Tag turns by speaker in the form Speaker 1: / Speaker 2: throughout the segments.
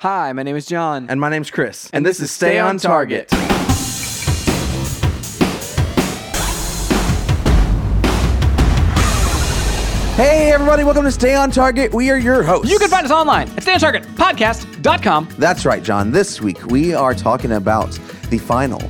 Speaker 1: Hi, my name is John.
Speaker 2: And my name's Chris. And, this, is Stay on Target. Hey, everybody, welcome to Stay on Target. We are your hosts.
Speaker 1: You can find us online at standtargetpodcast.com.
Speaker 2: That's right, John. This week we are talking about the final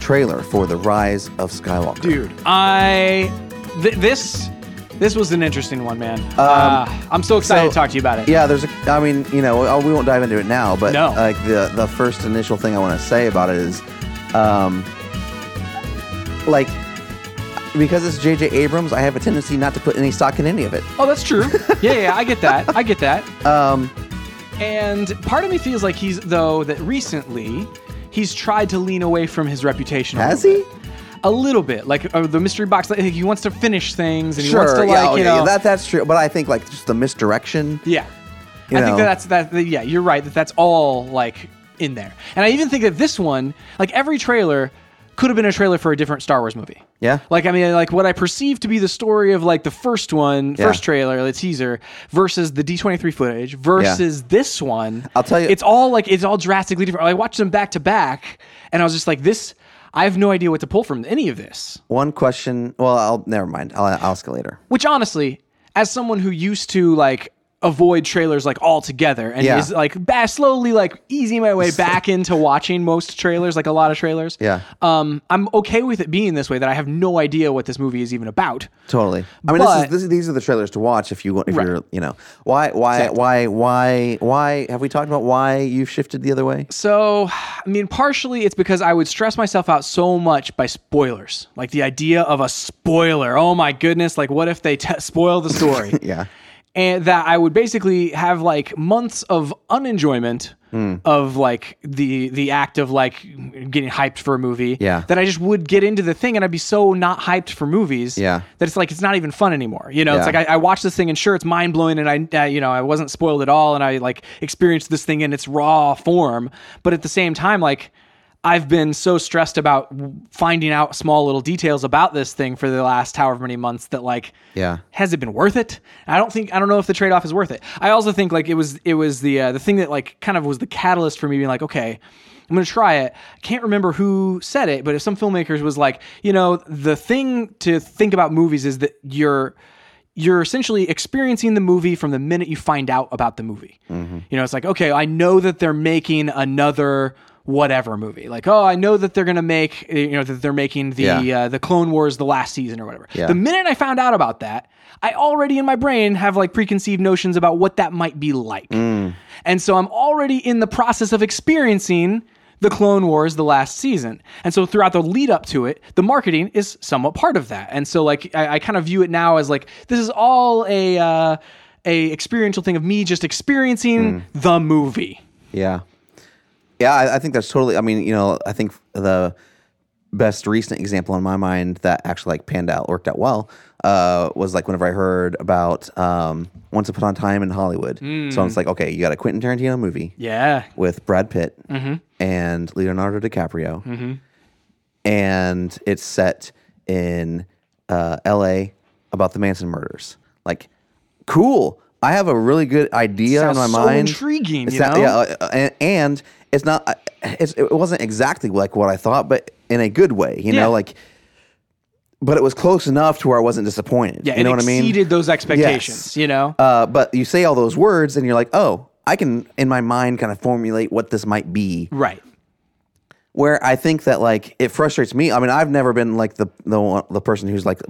Speaker 2: trailer for The Rise of Skywalker.
Speaker 1: Dude, I th- this this was an interesting one, man. uh, I'm so excited
Speaker 2: Um, so-
Speaker 1: to talk to you about it.
Speaker 2: Yeah, there's a. I mean, you know, uh, we won't dive into it now, but
Speaker 1: No.
Speaker 2: like the the first initial thing I want to say about it is, um, like because it's J.J. Abrams, I have a tendency not to put any stock in any of it.
Speaker 1: Oh, that's true. yeah, yeah, I get that. I get that.
Speaker 2: Um,
Speaker 1: And part of me feels like he's though that recently he's tried to lean away from his reputation. a
Speaker 2: has
Speaker 1: little
Speaker 2: he?
Speaker 1: bit. A little bit, like uh, the mystery box. Like, he wants to finish things, and he
Speaker 2: Sure.
Speaker 1: wants to like
Speaker 2: yeah, okay,
Speaker 1: you know.
Speaker 2: yeah, that that's true. But I think like just the misdirection.
Speaker 1: Yeah.
Speaker 2: You
Speaker 1: I
Speaker 2: know.
Speaker 1: think that that's that, that- yeah, you're right that that's all like in there. And I even think that this one, like every trailer could have been a trailer for a different Star Wars movie.
Speaker 2: Yeah.
Speaker 1: Like I mean like what I perceive to be the story of like the first one, first
Speaker 2: Yeah.
Speaker 1: trailer, the teaser versus the D23 footage versus this one.
Speaker 2: I'll tell you-
Speaker 1: It's all like it's all drastically different. I watched them back to back and I was just like this I have no idea what to pull from any of this.
Speaker 2: One question. Well, I'll never mind. I'll I'll ask it later.
Speaker 1: Which honestly, as someone who used to like avoid trailers like altogether and
Speaker 2: Yeah.
Speaker 1: is like ba- slowly like easing my way back into watching most trailers, like a lot of trailers.
Speaker 2: Yeah.
Speaker 1: Um, I'm okay with it being this way that I have no idea what this movie is even about.
Speaker 2: Totally. I mean,
Speaker 1: But-
Speaker 2: this is, this, is- these are the trailers to watch if you want. If
Speaker 1: Right.
Speaker 2: you're, you know, why, why, why, why, why have we talked about why you've shifted the other way?
Speaker 1: So, I mean, partially it's because I would stress myself out so much by spoilers. Like the idea of a spoiler. Oh my goodness, like what if they t- spoil the story?
Speaker 2: Yeah.
Speaker 1: and that I would basically have like months of unenjoyment
Speaker 2: Mm.
Speaker 1: of like the the act of like getting hyped for a movie.
Speaker 2: Yeah.
Speaker 1: That I just would get into the thing and I'd be so not hyped for movies.
Speaker 2: Yeah.
Speaker 1: That it's like it's not even fun anymore. You know, it's
Speaker 2: Yeah.
Speaker 1: like I, I watched this thing and sure it's mind blowing and I, I you know I wasn't spoiled at all and I like experienced this thing in its raw form. But at the same time, like. I've been so stressed about finding out small little details about this thing for the last however many months that like
Speaker 2: Yeah.
Speaker 1: has it been worth it? I don't think I don't know if the trade off is worth it. I also think like it was it was the uh, the thing that like kind of was the catalyst for me being like okay. I'm gonna try it. I can't remember who said it, but if some filmmakers was like, you know, the thing to think about movies is that you're you're essentially experiencing the movie from the minute you find out about the movie. You know, it's like, okay, I know that they're making another whatever movie. Like, oh, I know that they're gonna make you know that they're making the
Speaker 2: Yeah.
Speaker 1: uh, the Clone Wars the last season or whatever.
Speaker 2: Yeah.
Speaker 1: The minute I found out about that, I already in my brain have like preconceived notions about what that might be like.
Speaker 2: Mm.
Speaker 1: And so I'm already in the process of experiencing the Clone Wars the last season. And so throughout the lead up to it, the marketing is somewhat part of that. And so like I, I kind of view it now as like this is all a uh, a experiential thing of me just
Speaker 2: Mm.
Speaker 1: experiencing the movie.
Speaker 2: Yeah. Yeah, I, I think that's totally. I mean, you know, I think the best recent example in my mind that actually like panned out, worked out well, uh, was like whenever I heard about um, Once Upon a Time in Hollywood. So I was like, okay, you got a Quentin Tarantino movie
Speaker 1: Yeah.
Speaker 2: with Brad Pitt
Speaker 1: Mm-hmm.
Speaker 2: and Leonardo DiCaprio, and it's set in uh, L.A. about the Manson murders. Like, cool. I have a really good idea
Speaker 1: Sounds
Speaker 2: in my
Speaker 1: so
Speaker 2: mind.
Speaker 1: intriguing,
Speaker 2: It's
Speaker 1: you
Speaker 2: not-
Speaker 1: know?
Speaker 2: Yeah, uh, uh, and, and it's not. uh, It's, it wasn't exactly like what I thought, but in a good way. You
Speaker 1: Yeah.
Speaker 2: know, like. But it was close enough to where I wasn't disappointed.
Speaker 1: Yeah,
Speaker 2: you know
Speaker 1: it
Speaker 2: what I mean.
Speaker 1: exceeded those expectations,
Speaker 2: Yes.
Speaker 1: you know?
Speaker 2: Uh, but you say all those words, and you're like, oh, I can in my mind kind of formulate what this might be.
Speaker 1: right.
Speaker 2: Where I think that like it frustrates me. I mean, I've never been like the the one- the person who's like.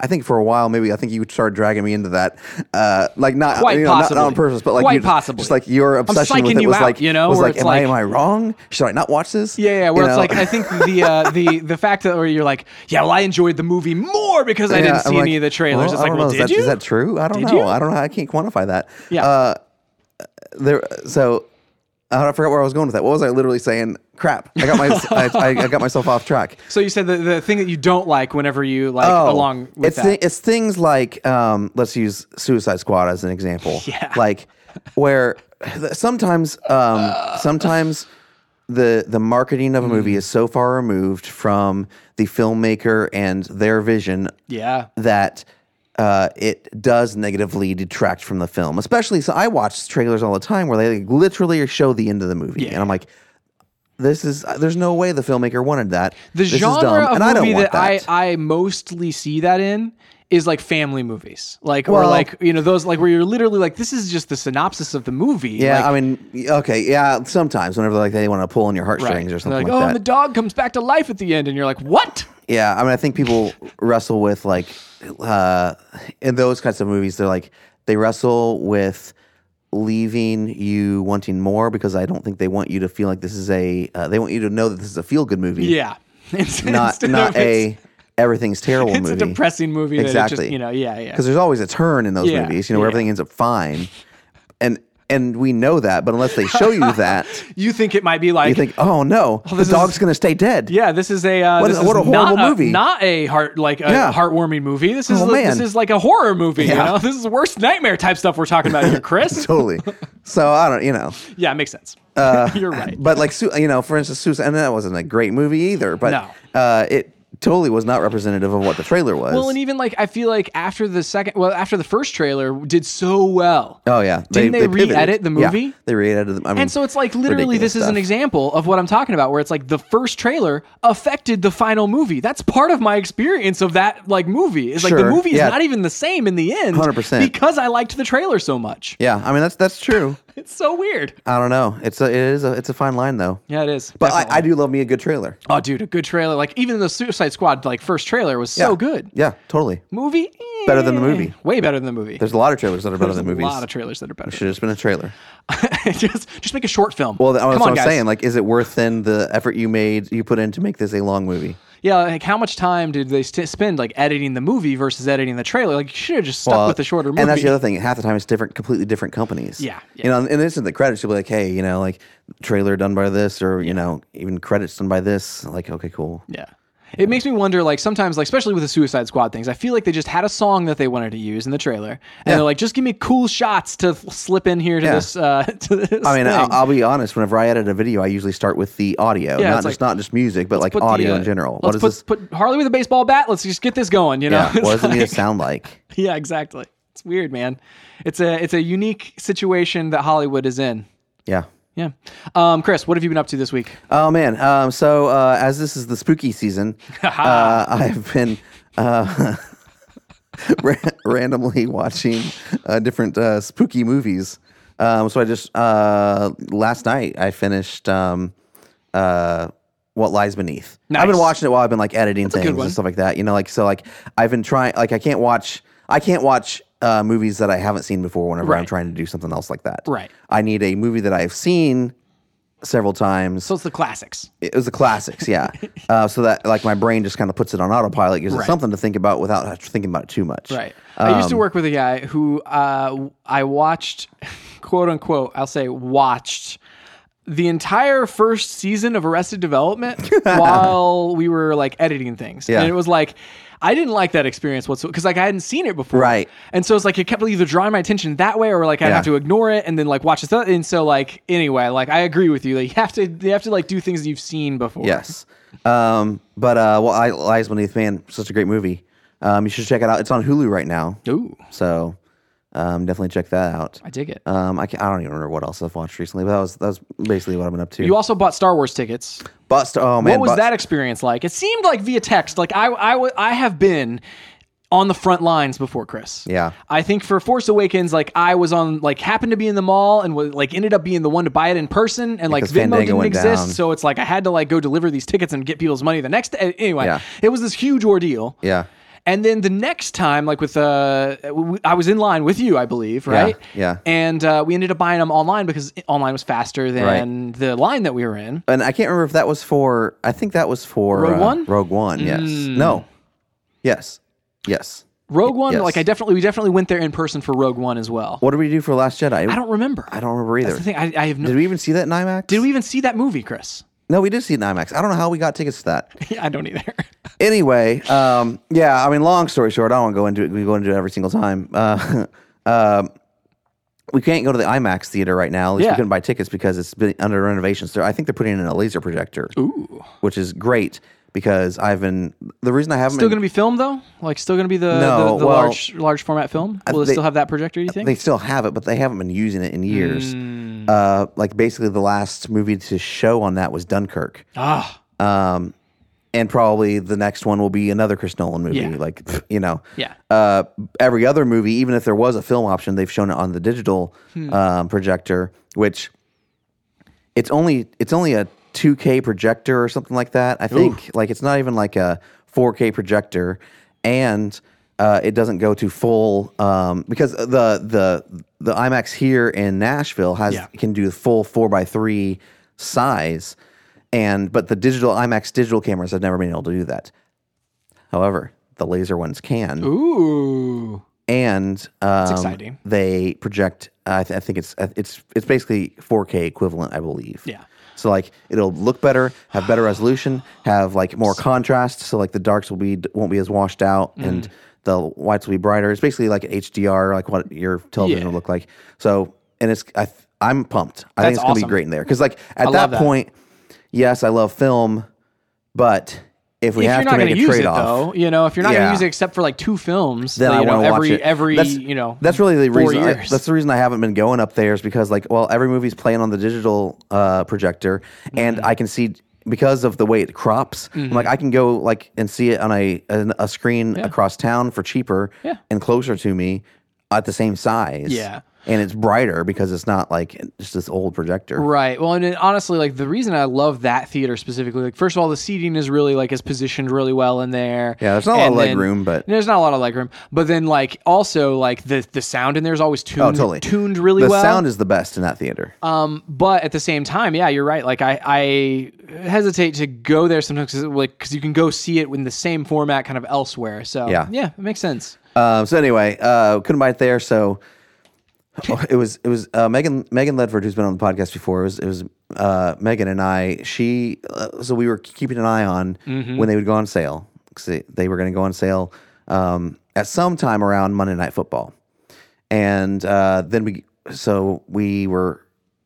Speaker 2: I think for a while, maybe I think you started dragging me into that, uh, like not
Speaker 1: Quite
Speaker 2: you know, not- not,
Speaker 1: possibly.
Speaker 2: on purpose, but like
Speaker 1: Quite
Speaker 2: you just-
Speaker 1: possibly.
Speaker 2: just like your
Speaker 1: I'm
Speaker 2: obsession
Speaker 1: psyching
Speaker 2: with it
Speaker 1: you
Speaker 2: was
Speaker 1: out,
Speaker 2: like
Speaker 1: you know,
Speaker 2: was
Speaker 1: where
Speaker 2: like
Speaker 1: it's
Speaker 2: am I
Speaker 1: like-
Speaker 2: am I wrong? Should I not watch this?
Speaker 1: Yeah, yeah. Where
Speaker 2: You
Speaker 1: it's
Speaker 2: know?
Speaker 1: like I think the uh, the the fact that or you're like, yeah, well, I enjoyed the movie more because I
Speaker 2: Yeah,
Speaker 1: didn't see
Speaker 2: I'm
Speaker 1: any
Speaker 2: like,
Speaker 1: of the trailers.
Speaker 2: well,
Speaker 1: it's
Speaker 2: I
Speaker 1: like,
Speaker 2: don't
Speaker 1: well,
Speaker 2: know,
Speaker 1: did
Speaker 2: is that,
Speaker 1: you?
Speaker 2: Is that true? I don't
Speaker 1: Did
Speaker 2: know.
Speaker 1: you?
Speaker 2: I don't know. I can't quantify that.
Speaker 1: Yeah.
Speaker 2: Uh, there. So I forgot where I was going with that. What was I literally saying? Crap! I got my I, I, I got myself off track.
Speaker 1: so you said the, the thing that you don't like whenever you like along with
Speaker 2: Oh, it's
Speaker 1: that.
Speaker 2: thi- it's things like um, let's use Suicide Squad as an example.
Speaker 1: Yeah.
Speaker 2: Like where th- sometimes um, sometimes the the marketing of a
Speaker 1: Mm.
Speaker 2: movie is so far removed from the filmmaker and their vision
Speaker 1: yeah.
Speaker 2: that uh, it does negatively detract from the film. Especially, so I watch trailers all the time where they like, literally show the end of the movie, and I'm like, this is there's no way the filmmaker wanted that.
Speaker 1: The
Speaker 2: this
Speaker 1: genre
Speaker 2: is dumb,
Speaker 1: of
Speaker 2: and I don't
Speaker 1: movie
Speaker 2: want
Speaker 1: that, I, I mostly see that in is like family movies, like or
Speaker 2: Well-
Speaker 1: like you know those like where you're literally like this is just the synopsis of the movie.
Speaker 2: yeah,
Speaker 1: like,
Speaker 2: I mean, okay, yeah. Sometimes whenever like they want to pull on your
Speaker 1: right.
Speaker 2: heartstrings
Speaker 1: They're
Speaker 2: or something
Speaker 1: like,
Speaker 2: like,
Speaker 1: oh,
Speaker 2: that.
Speaker 1: and the dog comes back to life at the end, and you're like, what?
Speaker 2: Yeah, I mean, I think people wrestle with like uh, in those kinds of movies. They're like they wrestle with leaving you wanting more because I don't think they want you to feel like this is a. Uh, they want you to know that this is a feel good movie,
Speaker 1: Yeah, It's-
Speaker 2: not
Speaker 1: instead
Speaker 2: not
Speaker 1: of it's-
Speaker 2: a everything's terrible
Speaker 1: It's
Speaker 2: movie.
Speaker 1: a depressing movie. that it just,
Speaker 2: Exactly.
Speaker 1: you know, yeah, yeah.
Speaker 2: because there's always a turn in those
Speaker 1: Yeah,
Speaker 2: movies. You know, where
Speaker 1: yeah.
Speaker 2: everything ends up fine, and and we know that. But unless they show you that,
Speaker 1: You think it might be like
Speaker 2: you think, oh no, the
Speaker 1: this is-
Speaker 2: dog's gonna stay dead.
Speaker 1: Yeah, this is a uh,
Speaker 2: What
Speaker 1: this
Speaker 2: a- what a
Speaker 1: not
Speaker 2: horrible movie.
Speaker 1: Not a heart like a
Speaker 2: Yeah.
Speaker 1: heartwarming movie. This is
Speaker 2: Oh,
Speaker 1: a- this
Speaker 2: man.
Speaker 1: is like a horror movie. You
Speaker 2: Yeah.
Speaker 1: know, this is worst nightmare type stuff we're talking about here, Chris.
Speaker 2: totally. So I don't, you know.
Speaker 1: yeah, it makes sense.
Speaker 2: Uh,
Speaker 1: You're right.
Speaker 2: But like, Su- you know, for instance, Susan, and that wasn't a great movie either. But
Speaker 1: No.
Speaker 2: uh, it totally was not representative of what the trailer was.
Speaker 1: Well, and even like I feel like after the second, well, after the first trailer did so well.
Speaker 2: oh yeah,
Speaker 1: Didn't they
Speaker 2: pivoted.
Speaker 1: re-edit the
Speaker 2: Yeah,
Speaker 1: movie?
Speaker 2: they re-edited. The, I mean,
Speaker 1: And so it's like literally,
Speaker 2: ridiculous
Speaker 1: this is an
Speaker 2: stuff.
Speaker 1: example of what I'm talking about, where it's like the first trailer affected the final movie. That's part of my experience of that like movie. It's like
Speaker 2: Sure,
Speaker 1: the movie is
Speaker 2: yeah.
Speaker 1: not even the same in the end,
Speaker 2: 100%.
Speaker 1: because I liked the trailer so much.
Speaker 2: yeah, I mean that's that's true.
Speaker 1: It's so weird.
Speaker 2: I don't know. It's a it is a it's a fine line though.
Speaker 1: Yeah, it is.
Speaker 2: But
Speaker 1: Definitely.
Speaker 2: I, I do love me a good trailer.
Speaker 1: Oh, dude, a good trailer. Like even the Suicide Squad, like first trailer was so
Speaker 2: Yeah.
Speaker 1: Oh, good.
Speaker 2: Yeah, totally.
Speaker 1: Movie
Speaker 2: Better than the
Speaker 1: Eh.
Speaker 2: movie.
Speaker 1: Way better than the movie.
Speaker 2: There's a lot of trailers that are better
Speaker 1: There's
Speaker 2: than movies.
Speaker 1: A lot of trailers that are better.
Speaker 2: Should have just been a trailer.
Speaker 1: just, just make a short film.
Speaker 2: Well, that's
Speaker 1: Come
Speaker 2: what
Speaker 1: on,
Speaker 2: I'm
Speaker 1: guys.
Speaker 2: saying. Like, is it worth then the effort you made, you put in to make this a long movie?
Speaker 1: Yeah, like how much time did they st- spend like editing the movie versus editing the trailer? Like you should have just stuck
Speaker 2: Well,
Speaker 1: with the shorter movie.
Speaker 2: And that's the other thing. Half the time, it's different, completely different companies.
Speaker 1: Yeah,
Speaker 2: You know, and this in the credits. You'll be like, hey, you know, like trailer done by this, or you know, even credits done by this. Like, okay, cool.
Speaker 1: Yeah. It makes me wonder, like sometimes, like especially with the Suicide Squad things, I feel like they just had a song that they wanted to use in the trailer, and they're like, "Just give me cool shots to f- slip in here to
Speaker 2: Yeah.
Speaker 1: this." Uh, to this
Speaker 2: I mean, I'll,
Speaker 1: thing.
Speaker 2: I'll be honest. Whenever I edit a video, I usually start with the audio,
Speaker 1: Yeah,
Speaker 2: not
Speaker 1: it's
Speaker 2: just
Speaker 1: like,
Speaker 2: not just music, but like
Speaker 1: Put the,
Speaker 2: audio
Speaker 1: uh,
Speaker 2: in general.
Speaker 1: Let's
Speaker 2: What is
Speaker 1: put,
Speaker 2: this?
Speaker 1: put Harley with a baseball bat. Let's just get this going. You know,
Speaker 2: Yeah,
Speaker 1: It's
Speaker 2: what does it need to
Speaker 1: like-
Speaker 2: sound like?
Speaker 1: yeah, exactly. It's weird, man. It's a it's a unique situation that Hollywood is in.
Speaker 2: Yeah.
Speaker 1: Yeah, um, Chris, what have you been up to this week?
Speaker 2: Oh man. Um, so uh, as this is the spooky season, uh, I've been uh, ra- randomly watching uh, different uh, spooky movies. Um, so I just uh, last night I finished um, uh, What Lies Beneath. I've
Speaker 1: Nice.
Speaker 2: been watching it while I've been like editing
Speaker 1: good
Speaker 2: things
Speaker 1: one.
Speaker 2: and stuff like that. You know, like so like I've been trying like I can't watch I can't watch uh, movies that I haven't seen before whenever I'm
Speaker 1: Right.
Speaker 2: trying to do something else like that.
Speaker 1: Right.
Speaker 2: I need a movie that I've seen several times
Speaker 1: So it's the classics.
Speaker 2: it was the classics, yeah. uh, so that like my brain just kind of puts it on autopilot, gives
Speaker 1: Right.
Speaker 2: it something to think about without thinking about it too much. Uh,
Speaker 1: Right. I
Speaker 2: Um,
Speaker 1: used to work with a guy who uh, I watched, quote unquote, I'll say watched the entire first season of Arrested Development while we were like editing things.
Speaker 2: Yeah.
Speaker 1: And it was like, I didn't like that experience whatsoever because like I hadn't seen it before.
Speaker 2: Right.
Speaker 1: And so it's like it kept either drawing my attention that way or like I'd
Speaker 2: Yeah.
Speaker 1: have to ignore it and then like watch this. Other. And so like anyway, like I agree with you. Like you have to you have to like do things you've seen before.
Speaker 2: Yes. Um, but uh, well, I, Lies Beneath Man, such a great movie. Um, you should check it out. It's on Hulu right now,
Speaker 1: Ooh,
Speaker 2: so um, definitely check that out.
Speaker 1: I dig it.
Speaker 2: Um, I, can't, I don't even remember what else I've watched recently, but that was that was basically what I've been up to.
Speaker 1: You also bought Star Wars tickets.
Speaker 2: Bust. Oh man,
Speaker 1: what was
Speaker 2: Bust-
Speaker 1: that experience like? It seemed like via text. Like I, I, w- I have been on the front lines before, Chris.
Speaker 2: Yeah.
Speaker 1: I think for Force Awakens, like I was on, like happened to be in the mall and was, like ended up being the one to buy it in person, and like Venmo
Speaker 2: Because Fandango
Speaker 1: didn't
Speaker 2: went
Speaker 1: exist,
Speaker 2: down.
Speaker 1: so it's like I had to like go deliver these tickets and get people's money the next. Day. Anyway,
Speaker 2: Yeah.
Speaker 1: it was this huge ordeal.
Speaker 2: Yeah.
Speaker 1: And then the next time, like with uh, w- I was in line with you, I believe, right?
Speaker 2: yeah.
Speaker 1: And uh, we ended up buying them online because online was faster than the line that we were in.
Speaker 2: And I can't remember if that was for. I think that was for
Speaker 1: Rogue
Speaker 2: uh,
Speaker 1: One? Hmm.
Speaker 2: Rogue One. Yes. No. Yes. Yes.
Speaker 1: Rogue One,
Speaker 2: yes.
Speaker 1: like I definitely, we definitely went there in person for Rogue One as well.
Speaker 2: What did we do for Last Jedi?
Speaker 1: I don't remember.
Speaker 2: I don't remember either.
Speaker 1: That's the thing. I, I have no.
Speaker 2: Did
Speaker 1: Did,
Speaker 2: we even see that in IMAX?
Speaker 1: we even see that movie, Chris?
Speaker 2: No, we did see it in IMAX. I don't know how we got tickets to that.
Speaker 1: I don't either.
Speaker 2: Anyway, um, yeah, I mean, long story short, I don't want to go into it. We go into it every single time. Uh, um, we can't go to the IMAX theater right now. At least
Speaker 1: Yeah.
Speaker 2: we couldn't buy tickets because it's been under renovations. So I think they're putting in a laser projector,
Speaker 1: Ooh,
Speaker 2: which is great. because I've been the reason I haven't
Speaker 1: Still
Speaker 2: been-
Speaker 1: going to be filmed though, like still going to be the,
Speaker 2: No,
Speaker 1: the, the
Speaker 2: well,
Speaker 1: large large format film. Will it
Speaker 2: they-
Speaker 1: still have that projector? You think?
Speaker 2: They still have it, but they haven't been using it in years.
Speaker 1: Hmm.
Speaker 2: Uh, like basically, the last movie to show on that was Dunkirk,
Speaker 1: ah,
Speaker 2: and probably the next one will be another Chris Nolan movie.
Speaker 1: Yeah.
Speaker 2: Like pff, you know,
Speaker 1: Yeah.
Speaker 2: Uh, every other movie, even if there was a film option, they've shown it on the digital
Speaker 1: Hmm.
Speaker 2: um, projector, which it's only it's only a 2K projector or something like that. I think like it's not even like a 4K projector, and uh, it doesn't go to full um, because the the the IMAX here in Nashville has
Speaker 1: Yeah.
Speaker 2: can do full four by three size, and but the digital IMAX digital cameras have never been able to do that. However, the laser ones can
Speaker 1: ooh,
Speaker 2: and um,
Speaker 1: exciting.
Speaker 2: They project. I, th- I think it's it's it's basically 4K equivalent, I believe.
Speaker 1: Yeah.
Speaker 2: So like it'll look better, have better resolution, have like more contrast. So like the darks will be won't be as washed out,
Speaker 1: Mm-hmm.
Speaker 2: and the whites will be brighter. It's basically like an HDR, like what your television
Speaker 1: Yeah.
Speaker 2: will look like. So and it's I th- I'm pumped. I think
Speaker 1: That's
Speaker 2: it's gonna
Speaker 1: awesome.
Speaker 2: be great in there because like at
Speaker 1: love
Speaker 2: that,
Speaker 1: that.
Speaker 2: point, yes, I love film, but if we
Speaker 1: if
Speaker 2: have
Speaker 1: you're
Speaker 2: to
Speaker 1: not
Speaker 2: make
Speaker 1: going
Speaker 2: a
Speaker 1: to use
Speaker 2: trade
Speaker 1: it
Speaker 2: off,
Speaker 1: though, you know, if you're not going
Speaker 2: Yeah.
Speaker 1: to use it except for like two films,
Speaker 2: then
Speaker 1: you
Speaker 2: I
Speaker 1: know,
Speaker 2: want to watch
Speaker 1: every
Speaker 2: it.
Speaker 1: every
Speaker 2: that's,
Speaker 1: you know
Speaker 2: that's really the
Speaker 1: four
Speaker 2: reason. I,
Speaker 1: years.
Speaker 2: that's the reason I haven't been going up there is because like, well, every movie's playing on the digital uh, projector, and
Speaker 1: Mm-hmm.
Speaker 2: I can see because of the way it crops. I'm like I can go like and see it on a an, a screen across town for cheaper
Speaker 1: Yeah.
Speaker 2: and closer to me at the same size.
Speaker 1: Yeah.
Speaker 2: and it's brighter because it's not like just this old projector.
Speaker 1: Right. Well, and it- honestly, like the reason I love that theater specifically, like first of all, the seating is really like is positioned really well in there.
Speaker 2: Yeah, there's not a lot
Speaker 1: And
Speaker 2: of leg
Speaker 1: then-
Speaker 2: room, but-
Speaker 1: there's not a lot of leg room. But then like also like the the sound in there is always tuned
Speaker 2: Oh, totally
Speaker 1: tuned really
Speaker 2: the
Speaker 1: well.
Speaker 2: sound is the best in that theater.
Speaker 1: Um, but at the same time, yeah, you're right. Like I, I hesitate to go there sometimes, cause, it- like because you can go see it in the same format kind of elsewhere. So
Speaker 2: Yeah.
Speaker 1: yeah, it makes sense.
Speaker 2: Um, so anyway, uh, couldn't buy it there. So it was it was uh, Megan Megan Ledford who's been on the podcast before. It was it was uh, Megan and I. She uh, so we were keeping an eye on when they would go on sale because they, they were going to go on sale um, at some time around Monday Night Football, and uh, then we so we were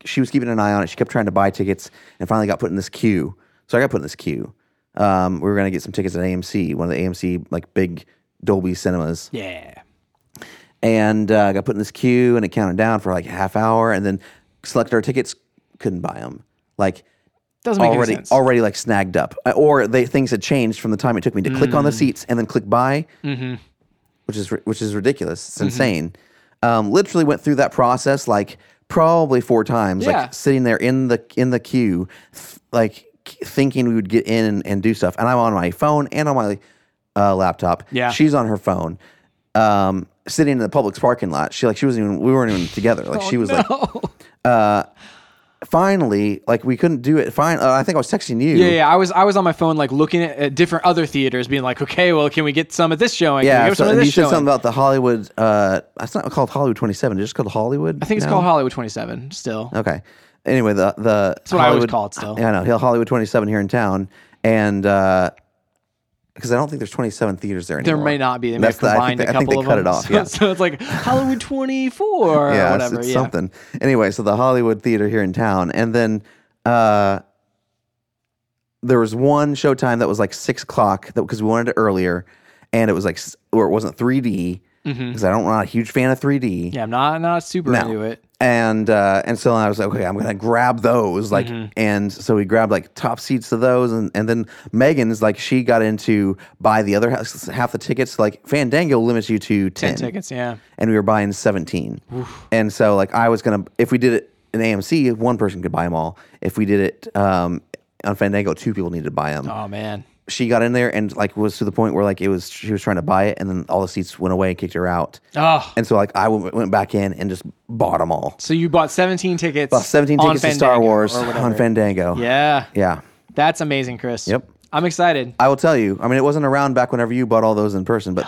Speaker 2: she was keeping an eye on it. She kept trying to buy tickets and finally got put in this queue. So I got put in this queue. Um, we were going to get some tickets at AMC, one of the AMC like big Dolby cinemas
Speaker 1: Yeah.
Speaker 2: and uh, got put in this queue and it counted down for like a half hour and then selected our tickets couldn't buy them like
Speaker 1: Doesn't make any
Speaker 2: already
Speaker 1: sense.
Speaker 2: already like snagged up Uh, or they things had changed from the time it took me to click on
Speaker 1: Mm.
Speaker 2: the seats and then click buy
Speaker 1: Mm-hmm.
Speaker 2: which is ri- which is ridiculous it's insane um, literally went through that process like probably four times
Speaker 1: Yeah.
Speaker 2: like sitting there in the in the queue th- like k- thinking we would get in and, and do stuff and i'm on my phone and on my uh, laptop
Speaker 1: Yeah.
Speaker 2: she's on her phone um, sitting in the public's parking lot. She like she wasn't even we weren't even together. Like
Speaker 1: Oh,
Speaker 2: she was like finally like we couldn't do it. Fine, uh, I think I was texting you.
Speaker 1: Yeah, yeah, I was I was on my phone like looking at, at different other theaters, being like, okay, well, can we get some at this showing? Can we
Speaker 2: Yeah,
Speaker 1: get
Speaker 2: so,
Speaker 1: some at
Speaker 2: and
Speaker 1: this
Speaker 2: you said
Speaker 1: showing?
Speaker 2: something about the Hollywood. Uh, it's not called Hollywood Twenty Seven. It's just called Hollywood.
Speaker 1: I think it's called Hollywood 27 still.
Speaker 2: Okay. Anyway, the the that's
Speaker 1: what I always call it still.
Speaker 2: Yeah, I know. Hill Hollywood Twenty Seven here in town, and because I don't think there's twenty seven theaters there
Speaker 1: there
Speaker 2: anymore.
Speaker 1: may not be. They may have
Speaker 2: That's the- I
Speaker 1: combined
Speaker 2: think
Speaker 1: a
Speaker 2: they- I think
Speaker 1: couple
Speaker 2: they
Speaker 1: of
Speaker 2: cut
Speaker 1: them.
Speaker 2: it off,
Speaker 1: So, so
Speaker 2: yeah.
Speaker 1: it's like Hollywood 24 or
Speaker 2: it's-
Speaker 1: whatever.
Speaker 2: It's,
Speaker 1: yeah.
Speaker 2: something. Anyway, so the Hollywood Theater here in town, and then uh, there was one showtime that was like six o'clock that because we wanted it earlier, and it was like s- or it wasn't three D because I don't I'm not a huge fan of three D.
Speaker 1: Mm-hmm. Yeah, I'm not not super
Speaker 2: No.
Speaker 1: into it.
Speaker 2: And uh, and so I was like, okay, I'm gonna grab those. Like,
Speaker 1: Mm-hmm.
Speaker 2: and so we grabbed like top seats to those, and, and then Megan's like she got into buy the other half, half the tickets. Like Fandango limits you to ten,
Speaker 1: Tickets, yeah.
Speaker 2: and we were buying 17. And so, like, I was going to, if we did it in AMC, one person could buy them all. If we did it um, on Fandango, two people needed to buy them.
Speaker 1: Oh man.
Speaker 2: She got in there and, like, was to the point where, like, it was, she was trying to buy it, and then all the seats went away and kicked her out.
Speaker 1: Oh.
Speaker 2: And so, like, I w- went back in and just bought them all.
Speaker 1: So you bought 17 tickets.
Speaker 2: Bought 17
Speaker 1: on
Speaker 2: tickets to Star
Speaker 1: Fandango
Speaker 2: Wars
Speaker 1: or
Speaker 2: on
Speaker 1: whatever.
Speaker 2: Fandango.
Speaker 1: Yeah.
Speaker 2: Yeah.
Speaker 1: That's amazing, Chris.
Speaker 2: Yep.
Speaker 1: I'm excited.
Speaker 2: I will tell you, I mean, it wasn't around back whenever you bought all those in person, but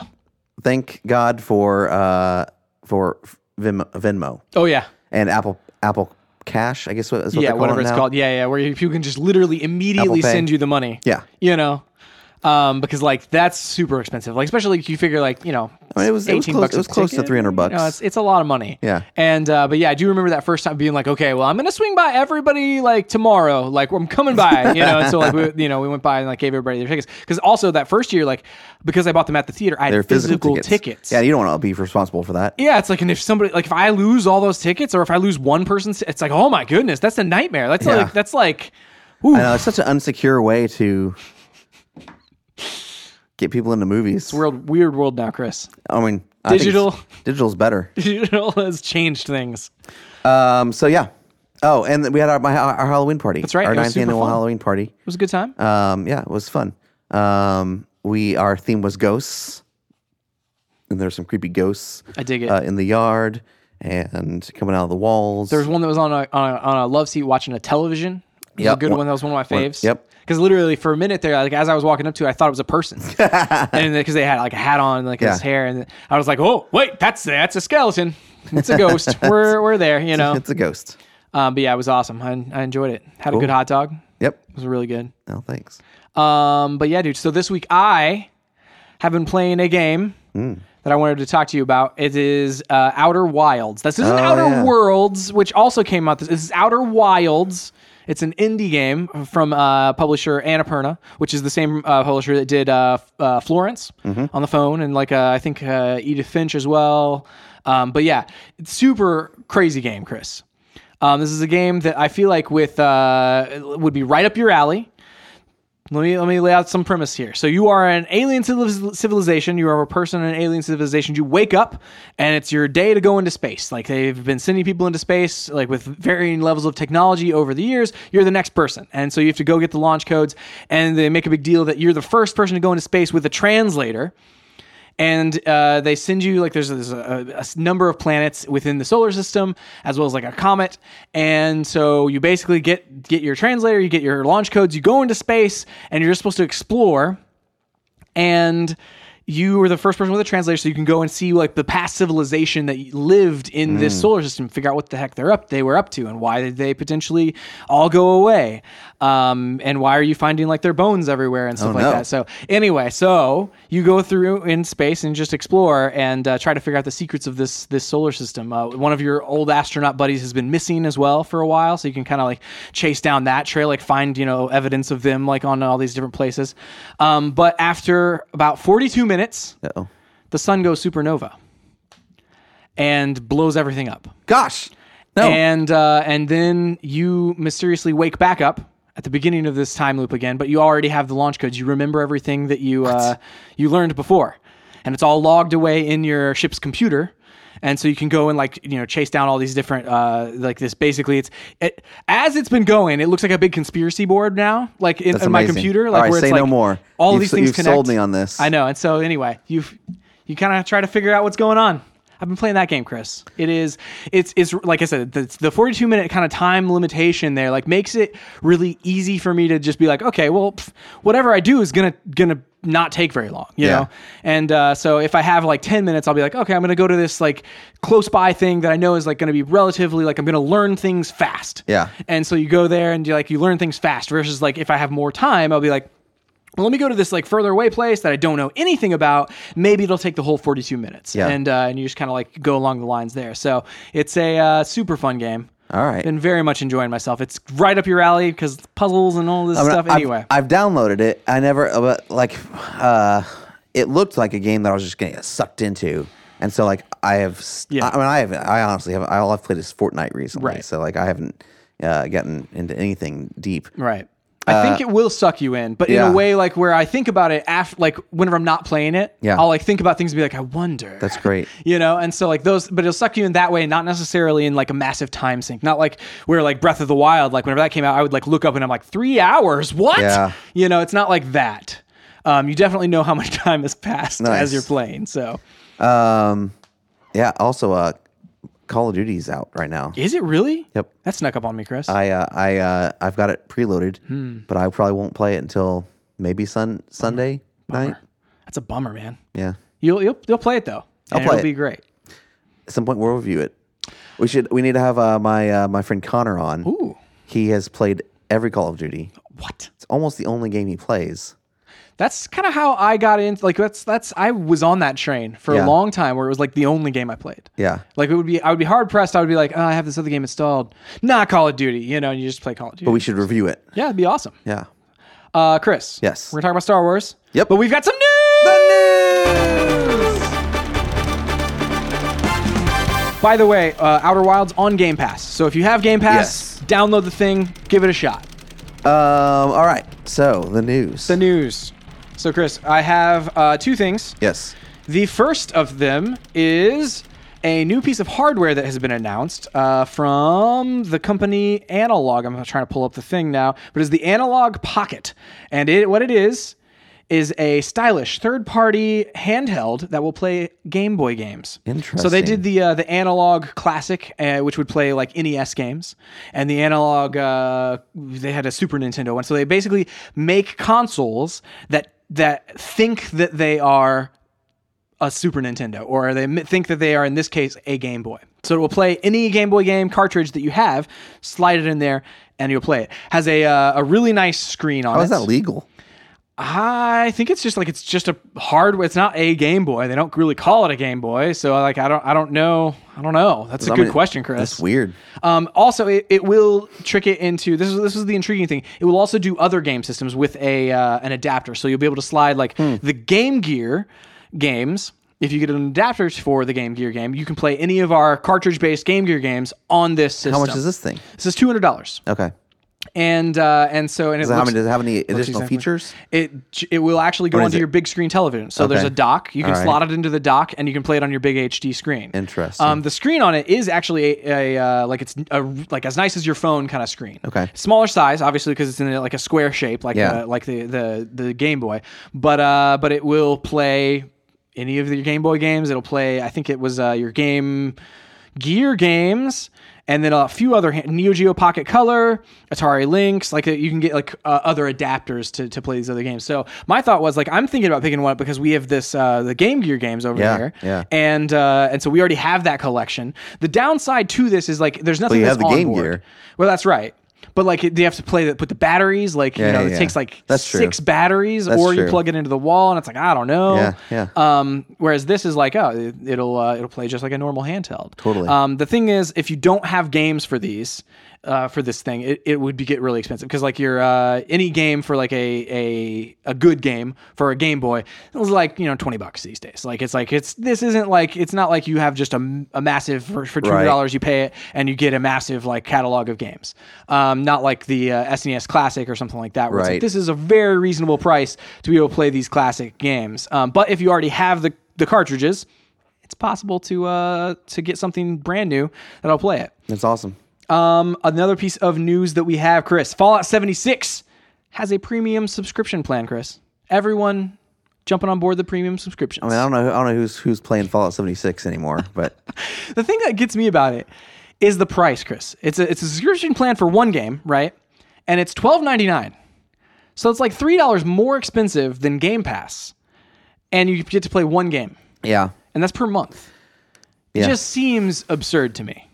Speaker 2: thank God for, uh, for Vim- Venmo.
Speaker 1: Oh yeah.
Speaker 2: and Apple Apple Cash, I guess what is what
Speaker 1: Yeah,
Speaker 2: they're
Speaker 1: whatever
Speaker 2: calling
Speaker 1: it's
Speaker 2: it now.
Speaker 1: called. Yeah, yeah, where you, people can just literally immediately
Speaker 2: Pay.
Speaker 1: send you the money.
Speaker 2: Yeah.
Speaker 1: You know. Um, because like that's super expensive. Like especially if you figure like, you know,
Speaker 2: I mean, it was- it was
Speaker 1: 18
Speaker 2: close-
Speaker 1: bucks
Speaker 2: it
Speaker 1: a
Speaker 2: was close to
Speaker 1: ticket.
Speaker 2: 300 bucks.
Speaker 1: You know, it's, it's a lot of money.
Speaker 2: Yeah.
Speaker 1: And uh, but yeah, I do remember that first time being like, okay, well, I'm gonna swing by everybody like tomorrow. Like I'm coming by, you know. And so like we, you know, we went by and like gave everybody their tickets because also that first year, like because I bought them at the theater, I had
Speaker 2: They're
Speaker 1: physical, tickets.
Speaker 2: Yeah, you don't want to be responsible for that.
Speaker 1: Yeah, it's like, and if somebody, like, if I lose all those tickets, or if I lose one person's, it's like, oh my goodness, that's a nightmare. That's
Speaker 2: Yeah.
Speaker 1: like, that's like, ooh,
Speaker 2: I know, it's uh, such an unsecure way to get people into movies.
Speaker 1: world, weird world now, Chris.
Speaker 2: I mean, I think it's-
Speaker 1: Digital.
Speaker 2: digital's better.
Speaker 1: Digital has changed things.
Speaker 2: Um, so yeah. Oh, and we had our my, our Halloween party. That's
Speaker 1: right,
Speaker 2: Our
Speaker 1: it was
Speaker 2: ninth
Speaker 1: super
Speaker 2: annual
Speaker 1: fun.
Speaker 2: Halloween party.
Speaker 1: It was a good time.
Speaker 2: Um, yeah, it was fun. Um, we our theme was ghosts, and there were some creepy ghosts.
Speaker 1: I dig it.
Speaker 2: uh, in the yard and coming out of the walls.
Speaker 1: There's one that was on a, on a on a love seat watching a television. It was a
Speaker 2: Yep.
Speaker 1: good
Speaker 2: One-
Speaker 1: one. That was one of my faves.
Speaker 2: yep.
Speaker 1: Because literally for a minute there, like as I was walking up to, it, I thought it was a person, and because they had like a hat on, like his
Speaker 2: Yeah.
Speaker 1: hair, and I was like, oh wait, that's that's a skeleton. It's a ghost. we're we're there, you know.
Speaker 2: it's a ghost.
Speaker 1: Um, but yeah, it was awesome. I, I enjoyed it. Had a good hot dog. It
Speaker 2: Yep.
Speaker 1: was really good.
Speaker 2: No thanks.
Speaker 1: Um, but yeah, dude. So this week I have been playing a game
Speaker 2: Mm.
Speaker 1: that I wanted to talk to you about. It is uh, Outer Wilds. This isn't
Speaker 2: Oh,
Speaker 1: Outer
Speaker 2: yeah.
Speaker 1: Worlds, which also came out. This, this is Outer Wilds. It's an indie game from uh, publisher Annapurna, which is the same uh, publisher that did uh, F- uh, Florence
Speaker 2: Mm-hmm.
Speaker 1: on the phone, and like uh, I think uh, Edith Finch as well. Um, but yeah, it's super crazy game, Chris. Um, this is a game that I feel like with uh, would be right up your alley. Let me let me lay out some premise here. So you are an alien civil- civilization. You are a person in an alien civilization. You wake up, and it's your day to go into space. Like they've been sending people into space, like with varying levels of technology over the years. You're the next person, and so you have to go get the launch codes. And they make a big deal that you're the first person to go into space with a translator and uh, they send you like there's, there's a, a s- number of planets within the solar system as well as like a comet and so you basically get get your translator you get your launch codes you go into space and you're just supposed to explore and you were the first person with a translator, so you can go and see like the past civilization that lived in this solar system, figure out what the heck they're up, they were up to, and why did they potentially all go away, um, and why are you finding like their bones everywhere and stuff like
Speaker 2: no.
Speaker 1: that. So anyway, so you go through in space and just explore and uh, try to figure out the secrets of this this solar system. Uh, one of your old astronaut buddies has been missing as well for a while, so you can kind of like chase down that trail, like find you know evidence of them like on all these different places. Um, but after about 42 minutes,
Speaker 2: Oh
Speaker 1: the sun goes supernova and blows everything up.
Speaker 2: gosh. No.
Speaker 1: And uh, and then you mysteriously wake back up at the beginning of this time loop again, but you already have the launch codes. You remember everything that you uh, you learned before, and it's all logged away in your ship's computer. And so you can go and like you know chase down all these different uh, like this. Basically, it's it, as it's been going, it looks like a big conspiracy board now, like in,
Speaker 2: That's
Speaker 1: in my
Speaker 2: amazing.
Speaker 1: computer.
Speaker 2: All
Speaker 1: Like
Speaker 2: right,
Speaker 1: where it's
Speaker 2: say
Speaker 1: like
Speaker 2: no more.
Speaker 1: All
Speaker 2: You've
Speaker 1: these
Speaker 2: so-
Speaker 1: things
Speaker 2: you've
Speaker 1: connect.
Speaker 2: sold me on this.
Speaker 1: I know. And so anyway, you you kind of try to figure out what's going on. I've been playing that game, Chris. It is it's it's like I said, the, the 42 minute kind of time limitation there like makes it really easy for me to just be like, okay, well, pff, whatever I do is going to going to not take very long, you
Speaker 2: Yeah.
Speaker 1: know. And uh, so if I have like 10 minutes, I'll be like, okay, I'm going to go to this like close by thing that I know is like going to be relatively like I'm going to learn things fast.
Speaker 2: Yeah.
Speaker 1: And so you go there and you like you learn things fast versus like if I have more time, I'll be like, well, let me go to this like further away place that I don't know anything about. Maybe it'll take the whole 42 minutes.
Speaker 2: Yeah.
Speaker 1: And uh, and you just kind of like go along the lines there. So it's a uh, super fun game.
Speaker 2: All right.
Speaker 1: Been very much enjoying myself. It's right up your alley because puzzles and all this
Speaker 2: I mean,
Speaker 1: stuff.
Speaker 2: I've-
Speaker 1: anyway,
Speaker 2: I've, downloaded it. I never uh, but, like. Uh, it looked like a game that I was just gonna get sucked into, and so like I have. s-
Speaker 1: Yeah.
Speaker 2: I mean, I have. I honestly have. All I've played is Fortnite recently,
Speaker 1: Right.
Speaker 2: so like I haven't uh, gotten into anything deep.
Speaker 1: right. I think it will suck you in, but in
Speaker 2: Uh, yeah.
Speaker 1: a way like where I think about it after, like whenever I'm not playing it,
Speaker 2: Yeah.
Speaker 1: I'll like think about things and be like, I wonder.
Speaker 2: That's great.
Speaker 1: you know and so like those but it'll suck you in that way not necessarily in like a massive time sink not like where like breath of the wild like whenever that came out i would like look up and i'm like three hours what
Speaker 2: Yeah.
Speaker 1: you know it's not like that um, you definitely know how much time has passed as
Speaker 2: Nice.
Speaker 1: you're playing so
Speaker 2: Um, yeah. Also, uh, Call of Duty's out right now.
Speaker 1: is it really
Speaker 2: Yep.
Speaker 1: that snuck up on me chris
Speaker 2: I uh, I uh, I've got it preloaded,
Speaker 1: Hmm.
Speaker 2: but I probably won't play it until maybe sun Sunday night.
Speaker 1: that's a Hmm. bummer man
Speaker 2: Yeah,
Speaker 1: you'll you'll, you'll play it though
Speaker 2: I'll
Speaker 1: and it'll
Speaker 2: play it.
Speaker 1: be great
Speaker 2: at some point we'll review it. We should. We need to have uh, my uh, my friend Connor on.
Speaker 1: ooh
Speaker 2: He has played every Call of Duty.
Speaker 1: what
Speaker 2: It's almost the only game he plays.
Speaker 1: that's kind of how I got into like that's that's I was on that train for a
Speaker 2: Yeah.
Speaker 1: long time where it was like the only game I played.
Speaker 2: Yeah.
Speaker 1: Like it would be I would be hard pressed. I would be like, oh, I have this other game installed. Not Call of Duty, you know, and you just play Call of Duty.
Speaker 2: But we should review it.
Speaker 1: yeah, it'd be awesome.
Speaker 2: Yeah.
Speaker 1: Uh, Chris.
Speaker 2: Yes.
Speaker 1: We're gonna talk about Star Wars.
Speaker 2: Yep.
Speaker 1: But we've got some news. By the way, uh, Outer Wilds on Game Pass. So if you have Game Pass,
Speaker 2: Yes.
Speaker 1: download the thing, give it a shot.
Speaker 2: Um, all right. So the news.
Speaker 1: The news. So Chris, I have uh, two things.
Speaker 2: yes.
Speaker 1: The first of them is a new piece of hardware that has been announced uh, from the company Analog. I'm trying to pull up the thing now, but it's the Analog Pocket, and it what it is is a stylish third-party handheld that will play Game Boy games. So they
Speaker 2: Interesting.
Speaker 1: did the uh, the Analog Classic, uh, which would play like NES games, and the Analog uh, they had a Super Nintendo one. So they basically make consoles that that think that they are a Super Nintendo, or they mi- think that they are, in this case, a Game Boy. So it will play any Game Boy game cartridge that you have, slide it in there, and you'll play it. Has a uh, a really nice screen on
Speaker 2: How
Speaker 1: it.
Speaker 2: is that legal?
Speaker 1: I think it's just like it's just a hard. It's not a Game Boy. They don't really call it a Game Boy. So like I don't I don't know. I don't know. That's a
Speaker 2: I
Speaker 1: good
Speaker 2: mean,
Speaker 1: question, Chris.
Speaker 2: That's weird.
Speaker 1: Um, also, it, it will trick it into this. Is this is the intriguing thing. It will also do other game systems with a uh, an adapter, so you'll be able to slide like
Speaker 2: Hmm.
Speaker 1: the Game Gear games. If you get an adapter for the Game Gear game, you can play any of our cartridge based Game Gear games on this system.
Speaker 2: How much is this thing?
Speaker 1: This is two hundred dollars,
Speaker 2: Okay.
Speaker 1: and uh, and so and it
Speaker 2: Does it,
Speaker 1: looks-
Speaker 2: have, any, does it have any additional
Speaker 1: exactly-
Speaker 2: features?
Speaker 1: it it will actually go
Speaker 2: What is
Speaker 1: onto
Speaker 2: it?
Speaker 1: your big screen television. So there's
Speaker 2: Okay.
Speaker 1: a dock. You can
Speaker 2: All right.
Speaker 1: slot it into the dock, and you can play it on your big HD screen.
Speaker 2: Interesting.
Speaker 1: Um, the screen on it is actually a, a uh, like it's a, like as nice as your phone kind of screen.
Speaker 2: Okay.
Speaker 1: Smaller size, obviously, because it's in a, like a square shape, like
Speaker 2: Yeah.
Speaker 1: the, like the, the the Game Boy. But uh, but it will play any of your Game Boy games. It'll play. I think it was uh, your Game Gear games. And then a few other hand, Neo Geo Pocket Color, Atari Lynx, like uh, you can get like uh, other adapters to, to play these other games. So my thought was like I'm thinking about picking one up because we have this uh, the Game Gear games over
Speaker 2: Yeah,
Speaker 1: there,
Speaker 2: yeah.
Speaker 1: and uh, and so we already have that collection. The downside to this is like there's nothing
Speaker 2: you
Speaker 1: that's
Speaker 2: have the
Speaker 1: on
Speaker 2: Game
Speaker 1: board.
Speaker 2: Gear.
Speaker 1: Well, that's right. But like it- they have to play that, put the batteries. Like you
Speaker 2: Yeah,
Speaker 1: know,
Speaker 2: yeah,
Speaker 1: it
Speaker 2: yeah.
Speaker 1: takes like
Speaker 2: That's true.
Speaker 1: six batteries, or you
Speaker 2: true.
Speaker 1: plug it into the wall, and it's like I don't know.
Speaker 2: Yeah, yeah.
Speaker 1: Um, whereas this is like oh, it, it'll uh, it'll play just like a normal handheld.
Speaker 2: Totally.
Speaker 1: Um, the thing is, if you don't have games for these, uh, for this thing, it, it would be get really expensive because like your uh, any game for like a a a good game for a Game Boy it was like you know twenty bucks these days. Like it's like it's this isn't like it's not like you have just a, a massive for, for two
Speaker 2: Right.
Speaker 1: hundred dollars you pay it and you get a massive like catalog of games. Um, not like the uh, SNES Classic or something like that. Where it's like,
Speaker 2: Right.
Speaker 1: this is a very reasonable price to be able to play these classic games. Um, but if you already have the the cartridges, it's possible to uh, to get something brand new that'll play it.
Speaker 2: That's awesome.
Speaker 1: Um, another piece of news that we have, Chris, Fallout 76 has a premium subscription plan, Chris. Everyone jumping on board the premium subscriptions.
Speaker 2: I mean, I don't know. I don't know who's who's playing Fallout 76 anymore, but
Speaker 1: the thing that gets me about it is the price, Chris. It's a it's a subscription plan for one game, right? And it's twelve ninety nine. So it's like three dollars more expensive than Game Pass, and you get to play one game,
Speaker 2: yeah.
Speaker 1: and that's per month. It
Speaker 2: Yeah.
Speaker 1: just seems absurd to me.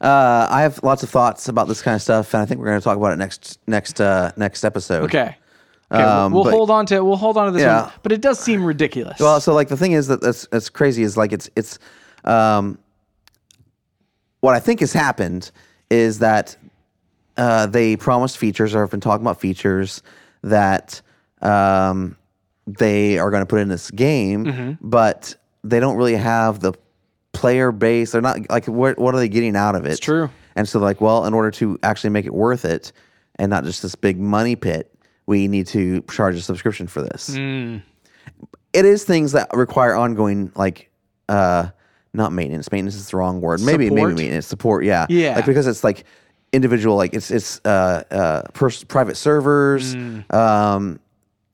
Speaker 2: Uh, I have lots of thoughts about this kind of stuff, and I think we're going to talk about it next next uh, next episode.
Speaker 1: Okay. Okay,
Speaker 2: Um,
Speaker 1: we'll
Speaker 2: but-
Speaker 1: hold on to we'll hold on to this
Speaker 2: Yeah.
Speaker 1: one, but it does seem ridiculous.
Speaker 2: Well, so like the thing is that that's that's crazy is like it's it's um, what I think has happened is that uh, they promised features or have been talking about features that um, they are going to put in this game, but they don't really have the player base. They're not like what what are they getting out of it? It's
Speaker 1: true.
Speaker 2: And so like, well, in order to actually make it worth it and not just this big money pit, we need to charge a subscription for this it is things that require ongoing like uh not maintenance maintenance is the wrong word maybe
Speaker 1: Support?
Speaker 2: maybe maintenance support yeah
Speaker 1: Yeah.
Speaker 2: like because it's like individual like it's it's uh uh pers- private servers
Speaker 1: Mm.
Speaker 2: um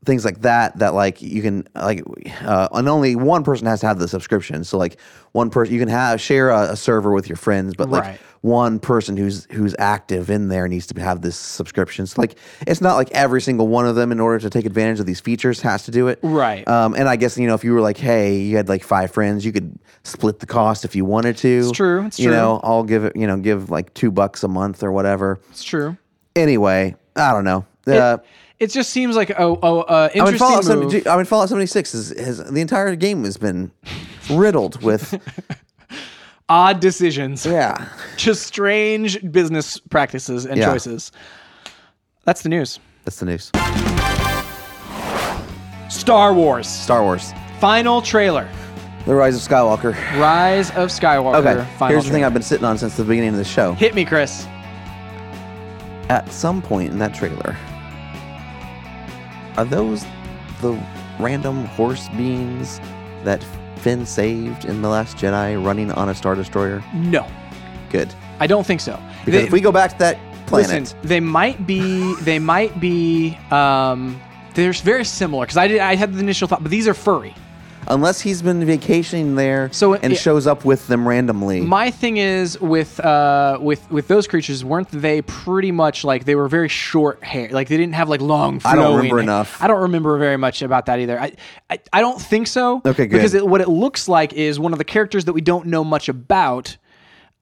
Speaker 2: things like that that like you can like uh and only one person has to have the subscription so like one person you can have share a, a server with your friends but like
Speaker 1: Right.
Speaker 2: one person who's who's active in there needs to have this subscription so like it's not like every single one of them in order to take advantage of these features has to do it
Speaker 1: Right.
Speaker 2: um, and I guess you know if you were like, hey, you had like five friends, you could split the cost if you wanted to. It's
Speaker 1: true, it's
Speaker 2: you know, I'll give it. You know, give like two bucks a month or whatever.
Speaker 1: it's true.
Speaker 2: Anyway, I don't know. Uh,
Speaker 1: It just seems like oh oh uh,
Speaker 2: I mean,
Speaker 1: interesting
Speaker 2: Fallout
Speaker 1: move.
Speaker 2: 70, I mean, Fallout 76 is, has the entire game has been riddled with
Speaker 1: odd decisions,
Speaker 2: yeah.
Speaker 1: just strange business practices and
Speaker 2: Yeah.
Speaker 1: choices. That's the news.
Speaker 2: That's the news.
Speaker 1: Star Wars
Speaker 2: Star Wars:
Speaker 1: final trailer,
Speaker 2: The Rise of Skywalker.
Speaker 1: Rise of Skywalker.
Speaker 2: Okay,
Speaker 1: final
Speaker 2: here's the thing
Speaker 1: trailer.
Speaker 2: I've been sitting on since the beginning of the show.
Speaker 1: Hit me, Chris.
Speaker 2: At some point in that trailer, are those the random horse beings that Finn saved in the Last Jedi running on a star destroyer?
Speaker 1: No,
Speaker 2: Good,
Speaker 1: I don't think so.
Speaker 2: because
Speaker 1: They-
Speaker 2: if we go back to that planet,
Speaker 1: Listen, they might be. They might be. Um, they're very similar because I did. I had the initial thought, but these are furry.
Speaker 2: unless he's been vacationing there
Speaker 1: So,
Speaker 2: and
Speaker 1: yeah.
Speaker 2: shows up with them randomly.
Speaker 1: My thing is with uh, with with those creatures, weren't they pretty much like they were very short hair? Like they didn't have like long.
Speaker 2: I don't
Speaker 1: flowing-
Speaker 2: remember enough.
Speaker 1: I don't remember very much about that either. I I, I don't think so.
Speaker 2: Okay, good.
Speaker 1: Because it, what it looks like is one of the characters that we don't know much about.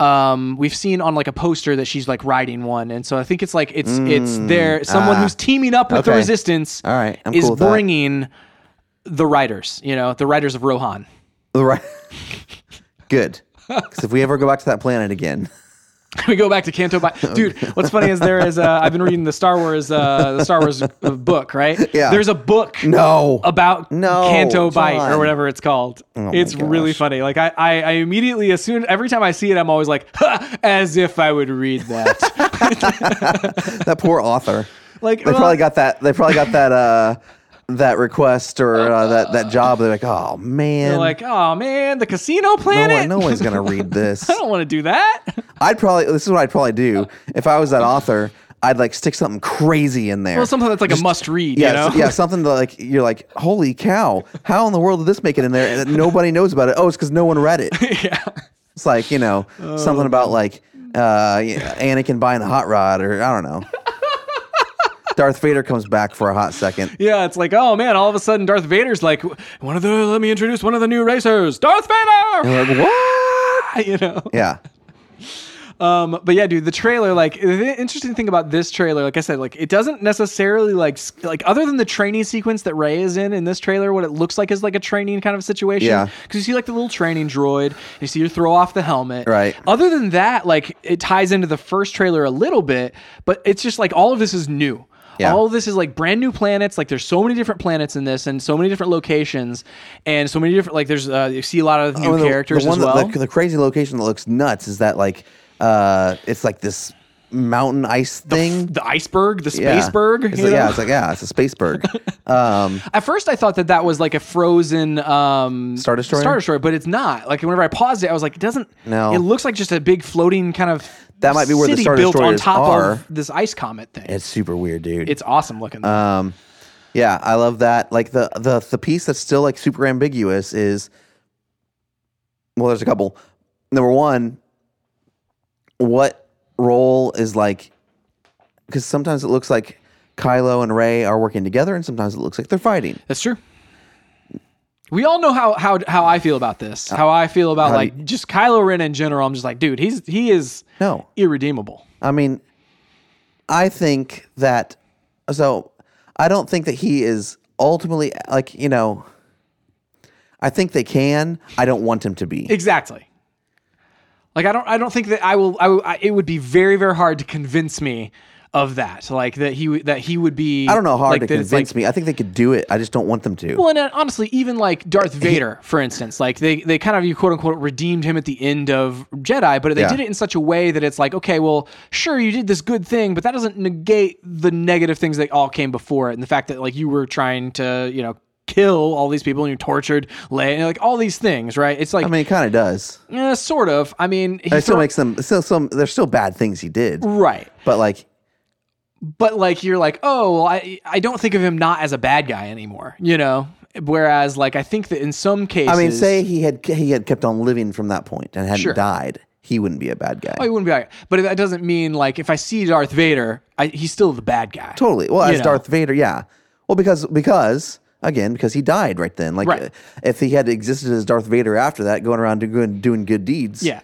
Speaker 1: Um, we've seen on like a poster that she's like riding one, and so I think it's like it's it's there someone
Speaker 2: ah.
Speaker 1: who's teaming up with the
Speaker 2: Okay.
Speaker 1: resistance.
Speaker 2: All right, I'm
Speaker 1: is
Speaker 2: cool with that.
Speaker 1: bringing the writers. You know, the writers of Rohan.
Speaker 2: The right. Good. Because if we ever go back to that planet again,
Speaker 1: we go back to Canto by dude. What's funny is there is uh, I've been reading the Star Wars uh, the Star Wars uh, book right.
Speaker 2: Yeah.
Speaker 1: There's a book.
Speaker 2: no.
Speaker 1: About
Speaker 2: No,
Speaker 1: Canto Bite or
Speaker 2: John. Oh
Speaker 1: whatever it's called.
Speaker 2: my
Speaker 1: it's really
Speaker 2: gosh.
Speaker 1: funny. Like I, I, I immediately as soon every time I see it, I'm always like, "Ha," as if I would read that.
Speaker 2: that poor author.
Speaker 1: like oh,
Speaker 2: They
Speaker 1: well,
Speaker 2: probably got that. They probably got that. Uh, that request or uh, that that job. They're like, oh man.
Speaker 1: they're like, oh man, the Casino
Speaker 2: no,
Speaker 1: Planet.
Speaker 2: one, no one's gonna read this.
Speaker 1: I don't want to do that.
Speaker 2: I'd probably. This is what I'd probably do if I was that author. I'd like stick something crazy in there.
Speaker 1: Well, something that's like a must read.
Speaker 2: yeah,
Speaker 1: you know?
Speaker 2: s- yeah, something that like you're like, holy cow! How in the world did this make it in there? And nobody knows about it. Oh, it's because no one read it.
Speaker 1: yeah.
Speaker 2: It's like you know
Speaker 1: Oh.
Speaker 2: something about like uh, yeah, Anakin buying a hot rod, or I don't know. Darth Vader comes back for a hot second.
Speaker 1: Yeah, it's like, oh man, all of a sudden Darth Vader's like one of the let me introduce one of the new racers, Darth Vader.
Speaker 2: You're like, what?
Speaker 1: you know.
Speaker 2: Yeah,
Speaker 1: Um, but yeah, dude, the trailer, like the interesting thing about this trailer, like I said, like it doesn't necessarily like s- like other than the training sequence that Ray is in in this trailer, what it looks like is like a training kind of situation.
Speaker 2: Yeah.
Speaker 1: Because you see like the little training droid, you see her throw off the helmet.
Speaker 2: Right.
Speaker 1: Other than that, like it ties into the first trailer a little bit, but it's just like all of this is new.
Speaker 2: Yeah.
Speaker 1: All of this is like brand new planets. Like there's so many different planets in this, and so many different locations, and so many different like there's uh, you see a lot of new
Speaker 2: Oh, the-
Speaker 1: characters
Speaker 2: The one
Speaker 1: as well.
Speaker 2: that, the, the crazy location that looks nuts is that like uh, it's like this mountain ice thing.
Speaker 1: the iceberg, the
Speaker 2: yeah.
Speaker 1: spaceberg.
Speaker 2: It's
Speaker 1: you
Speaker 2: like-
Speaker 1: know?
Speaker 2: yeah, it's like yeah, it's a spaceberg. um,
Speaker 1: At first, I thought that that was like a frozen um,
Speaker 2: Star Destroyer?
Speaker 1: Star Destroyer, but it's not. Like whenever I paused it, I was like, it doesn't.
Speaker 2: No.
Speaker 1: It looks like just a big floating kind of
Speaker 2: That might be where the
Speaker 1: city
Speaker 2: Star
Speaker 1: built on
Speaker 2: Destroyers
Speaker 1: top
Speaker 2: are.
Speaker 1: of this ice comet thing. It's,
Speaker 2: it's super weird, dude.
Speaker 1: awesome looking. though.
Speaker 2: Um, yeah, I love that. Like the the the piece that's still like super ambiguous is well, there's a couple. Number one, what role is like? Because sometimes it looks like Kylo and Ray are working together, and sometimes it looks like they're fighting.
Speaker 1: That's true. We all know how how how I feel about this. How I feel about
Speaker 2: how
Speaker 1: like just Kylo Ren in general. I'm just like, dude, he's he is
Speaker 2: No,
Speaker 1: irredeemable.
Speaker 2: I mean, I think that so I don't think that he is ultimately like you know. I think they can. I don't want him to be.
Speaker 1: Exactly. Like I don't I don't think that I will I, will- I it would be very very hard to convince me of that. Like that he would- that he would be
Speaker 2: I don't know how hard
Speaker 1: like,
Speaker 2: to
Speaker 1: that it's,
Speaker 2: convince
Speaker 1: like,
Speaker 2: me. I think they could do it. I just don't want them to.
Speaker 1: Well, and uh, honestly, even like Darth Vader, for instance, like they, they kind of you quote unquote redeemed him at the end of Jedi, but they
Speaker 2: Yeah.
Speaker 1: did it in such a way that it's like, okay, well, sure, you did this good thing, but that doesn't negate the negative things that all came before it, and the fact that like you were trying to, you know, kill all these people and you tortured Leia, and like all these things, right? It's like,
Speaker 2: I mean, it kind of does.
Speaker 1: eh, sort of. I mean, he
Speaker 2: It still
Speaker 1: thro-
Speaker 2: makes them still some. There's still bad things he did,
Speaker 1: right.
Speaker 2: but like,
Speaker 1: but like you're like oh well, I I don't think of him not as a bad guy anymore you know whereas like I think that in some cases
Speaker 2: I mean, say he had he had kept on living from that point and hadn't
Speaker 1: Sure.
Speaker 2: died, he wouldn't be a bad guy.
Speaker 1: oh, he wouldn't be like but that doesn't mean like if I see Darth Vader I, he's still the bad guy
Speaker 2: totally. Well,
Speaker 1: You
Speaker 2: as
Speaker 1: know.
Speaker 2: Darth Vader, yeah. Well, because because again, because he died right then. Like,
Speaker 1: Right.
Speaker 2: uh, if he had existed as Darth Vader after that, going around doing doing good deeds,
Speaker 1: yeah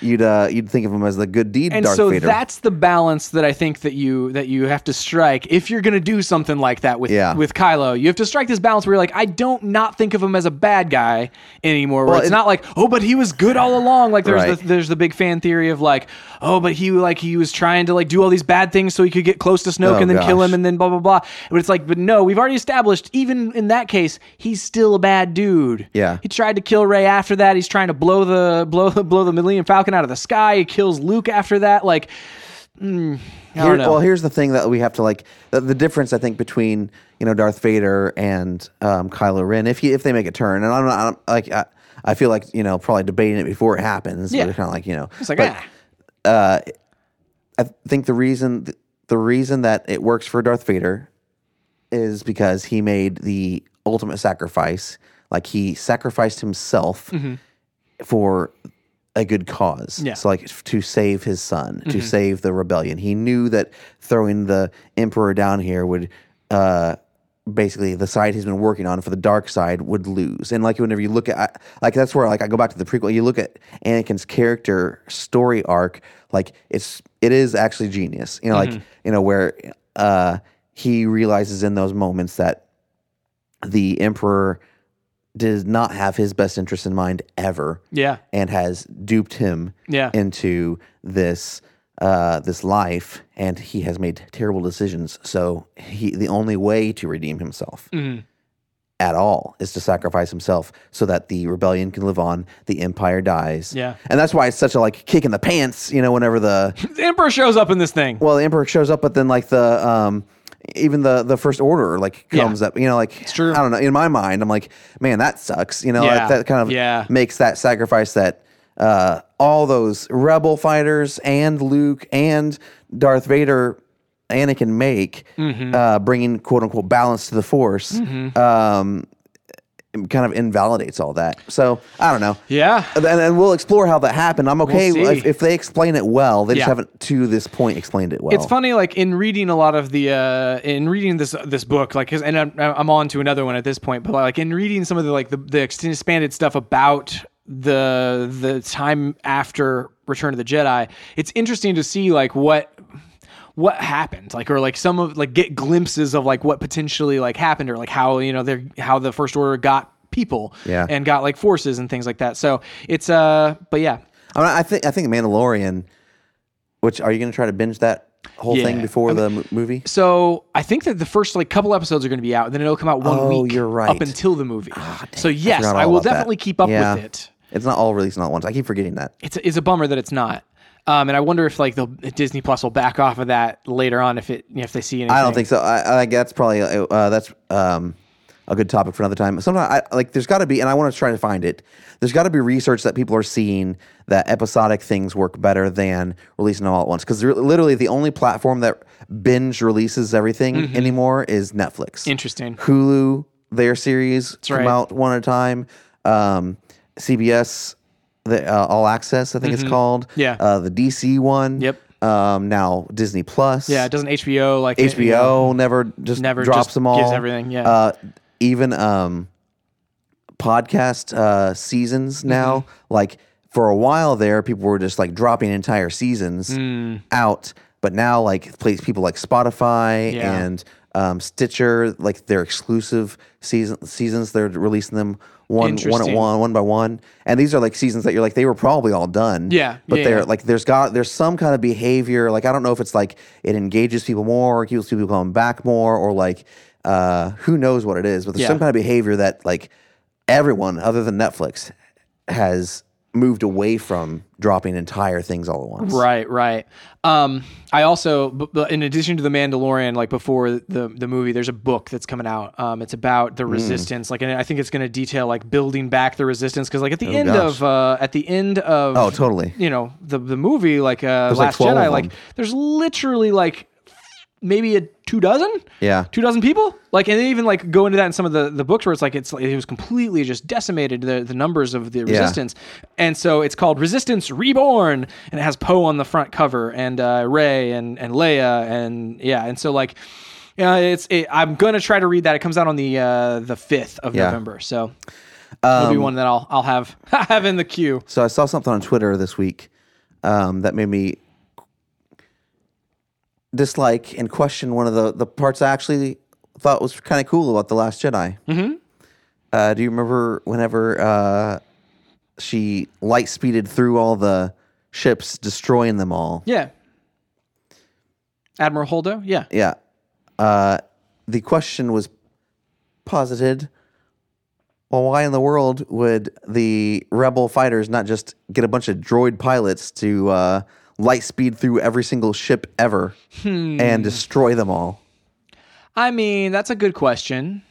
Speaker 2: you'd uh, you'd think of him as the good deed
Speaker 1: and
Speaker 2: Darth
Speaker 1: so
Speaker 2: Vader.
Speaker 1: that's the balance that I think that you that you have to strike if you're going to do something like that with
Speaker 2: Yeah.
Speaker 1: with Kylo. You have to strike this balance where you're like, I don't not think of him as a bad guy anymore. Where
Speaker 2: Well,
Speaker 1: it's
Speaker 2: it-
Speaker 1: not like, oh, but he was good all along. Like there's
Speaker 2: Right.
Speaker 1: the, there's the big fan theory of like, oh, but he like he was trying to like do all these bad things so he could get close to Snoke
Speaker 2: Oh,
Speaker 1: and then kill
Speaker 2: gosh.
Speaker 1: him and then blah blah blah. But it's like, but no, we've already established even in that case he's still a bad dude.
Speaker 2: Yeah.
Speaker 1: He tried to kill Ray after that. He's trying to blow the blow blow the Millennium Falcon out of the sky. He kills Luke after that. Like, mm, I
Speaker 2: Here-
Speaker 1: don't know.
Speaker 2: well, here's the thing that we have to like the, the difference I think between you know Darth Vader and um, Kylo Ren if he, if they make a turn and I'm not I'm, like I, I feel like you know probably debating it before it happens
Speaker 1: Yeah.
Speaker 2: kind of like you know
Speaker 1: it's like,
Speaker 2: but
Speaker 1: ah.
Speaker 2: I think the reason the reason that it works for Darth Vader is because he made the ultimate sacrifice like he sacrificed himself for a good cause.
Speaker 1: Yeah.
Speaker 2: So like to save his son, to save the rebellion. He knew that throwing the emperor down here would uh basically the side he's been working on for the dark side would lose. And like whenever you look at I, like that's where like I go back to the prequel, you look at Anakin's character story arc, like it's it is actually genius. You know like you know where uh he realizes in those moments that the emperor does not have his best interest in mind ever
Speaker 1: yeah,
Speaker 2: and has duped him
Speaker 1: Yeah.
Speaker 2: into this uh, this life, and he has made terrible decisions. So he the only way to redeem himself
Speaker 1: Mm-hmm.
Speaker 2: at all is to sacrifice himself so that the rebellion can live on, the empire dies.
Speaker 1: Yeah.
Speaker 2: and that's why it's such a like kick in the pants. You know, whenever the
Speaker 1: the Emperor shows up in this thing.
Speaker 2: well, the emperor shows up, but then like the um, even the the first order like
Speaker 1: Yeah.
Speaker 2: comes up. You know, like it's
Speaker 1: true.
Speaker 2: I don't know. In my mind, I'm like, man, that sucks. You know,
Speaker 1: Yeah.
Speaker 2: like, that kind of
Speaker 1: Yeah.
Speaker 2: makes that sacrifice that uh, all those rebel fighters and Luke and Darth Vader. Anakin make
Speaker 1: Mm-hmm.
Speaker 2: uh, bringing quote unquote balance to the force um, kind of invalidates all that. So I don't know.
Speaker 1: Yeah.
Speaker 2: and, and we'll explore how that happened. I'm okay
Speaker 1: We'll see.
Speaker 2: if, if they explain it well. They
Speaker 1: Yeah.
Speaker 2: just haven't to this point explained it well.
Speaker 1: It's funny, like in reading a lot of the uh, in reading this this book, like 'cause- and I'm, I'm on to another one at this point, but like in reading some of the like the, the expanded stuff about the the time after Return of the Jedi, it's interesting to see like what what happened like or like some of like get glimpses of like what potentially like happened or like how you know they're how the first order got people
Speaker 2: Yeah.
Speaker 1: and got like forces and things like that so it's uh but yeah
Speaker 2: I, mean, I think I think Mandalorian. Which are you going to try to binge that whole
Speaker 1: Yeah.
Speaker 2: thing before the mo- movie?
Speaker 1: So I think that the first like couple episodes are going to be out, and then it'll come out one
Speaker 2: Oh,
Speaker 1: week
Speaker 2: you're right. Ah,
Speaker 1: up until the movie. so yes,
Speaker 2: forgot
Speaker 1: I,
Speaker 2: all
Speaker 1: will
Speaker 2: about that.
Speaker 1: definitely keep up
Speaker 2: Yeah.
Speaker 1: with it.
Speaker 2: It's not all released not once. I keep forgetting that.
Speaker 1: It's a, it's a bummer that it's not, um, and I wonder if like the Disney Plus will back off of that later on if it if they see anything.
Speaker 2: I don't think so. I, I think that's probably uh, uh, that's um, a good topic for another time. Sometimes I like there's got to be, and I want to try to find it. There's got to be research that people are seeing that episodic things work better than releasing them all at once. Because literally, the only platform that binge releases everything
Speaker 1: Mm-hmm.
Speaker 2: anymore is Netflix.
Speaker 1: Interesting.
Speaker 2: Hulu, their series come
Speaker 1: right.
Speaker 2: out one at a time. Um, CBS, the uh, All Access, I think it's called.
Speaker 1: Mm-hmm. Yeah.
Speaker 2: Uh, the DC one.
Speaker 1: Yep.
Speaker 2: Um, now Disney Plus.
Speaker 1: Yeah, doesn't HBO like
Speaker 2: HBO never just
Speaker 1: Never
Speaker 2: drops
Speaker 1: just
Speaker 2: them all.
Speaker 1: gives everything, yeah.
Speaker 2: Uh, even um, podcast uh,
Speaker 1: Mm-hmm.
Speaker 2: seasons now. Like for a while there, people were just like dropping entire seasons
Speaker 1: Mm.
Speaker 2: out. But now, like place people like Spotify
Speaker 1: Yeah.
Speaker 2: and um, Stitcher, like their exclusive season seasons, they're releasing them one one at
Speaker 1: Interesting.
Speaker 2: one one by one. And these are like seasons that you're like they were probably all done.
Speaker 1: Yeah,
Speaker 2: but
Speaker 1: yeah,
Speaker 2: they're
Speaker 1: yeah.
Speaker 2: like there's got there's some kind of behavior like i don't know if it's like it engages people more or keeps people coming back more or like uh who knows what it is but there's
Speaker 1: Yeah.
Speaker 2: some kind of behavior that like everyone other than netflix has moved away from dropping entire things all at once
Speaker 1: Right, right. Um, I also, b- b- in addition to the Mandalorian, like before the the movie, there's a book that's coming out. Um, it's about
Speaker 2: Hmm.
Speaker 1: the resistance. Like, and I think it's going to detail like building back the resistance because, like, at the end
Speaker 2: Oh, gosh.
Speaker 1: of uh, at the end of
Speaker 2: oh totally
Speaker 1: you know the the movie like uh,
Speaker 2: like,
Speaker 1: Last
Speaker 2: 12 of
Speaker 1: Jedi,
Speaker 2: them.
Speaker 1: like there's literally like maybe a two dozen
Speaker 2: Yeah.
Speaker 1: two dozen people like and they even like go into that in some of the the books where it's like it's like, it was completely just decimated the the numbers of the resistance and so it's called resistance reborn and it has poe on the front cover and uh ray and and leia and yeah and so like yeah, it's. It, I'm gonna try to read that. It comes out on the uh, the fifth of
Speaker 2: Yeah. Um,
Speaker 1: November, so it'll be one that I'll I'll have have in the queue.
Speaker 2: so i saw something on twitter this week um, that made me dislike and question one of the, the parts I actually thought was kind of cool about The Last Jedi. Mm-hmm. Uh, do you remember whenever uh, she light speeded through all the ships, destroying them all?
Speaker 1: Yeah. Admiral Holdo? Yeah.
Speaker 2: Yeah. Uh, the question was posited well, why in the world would the rebel fighters not just get a bunch of droid pilots to uh, light speed through every single ship ever
Speaker 1: Hmm.
Speaker 2: and destroy them all?
Speaker 1: I mean, that's a good question.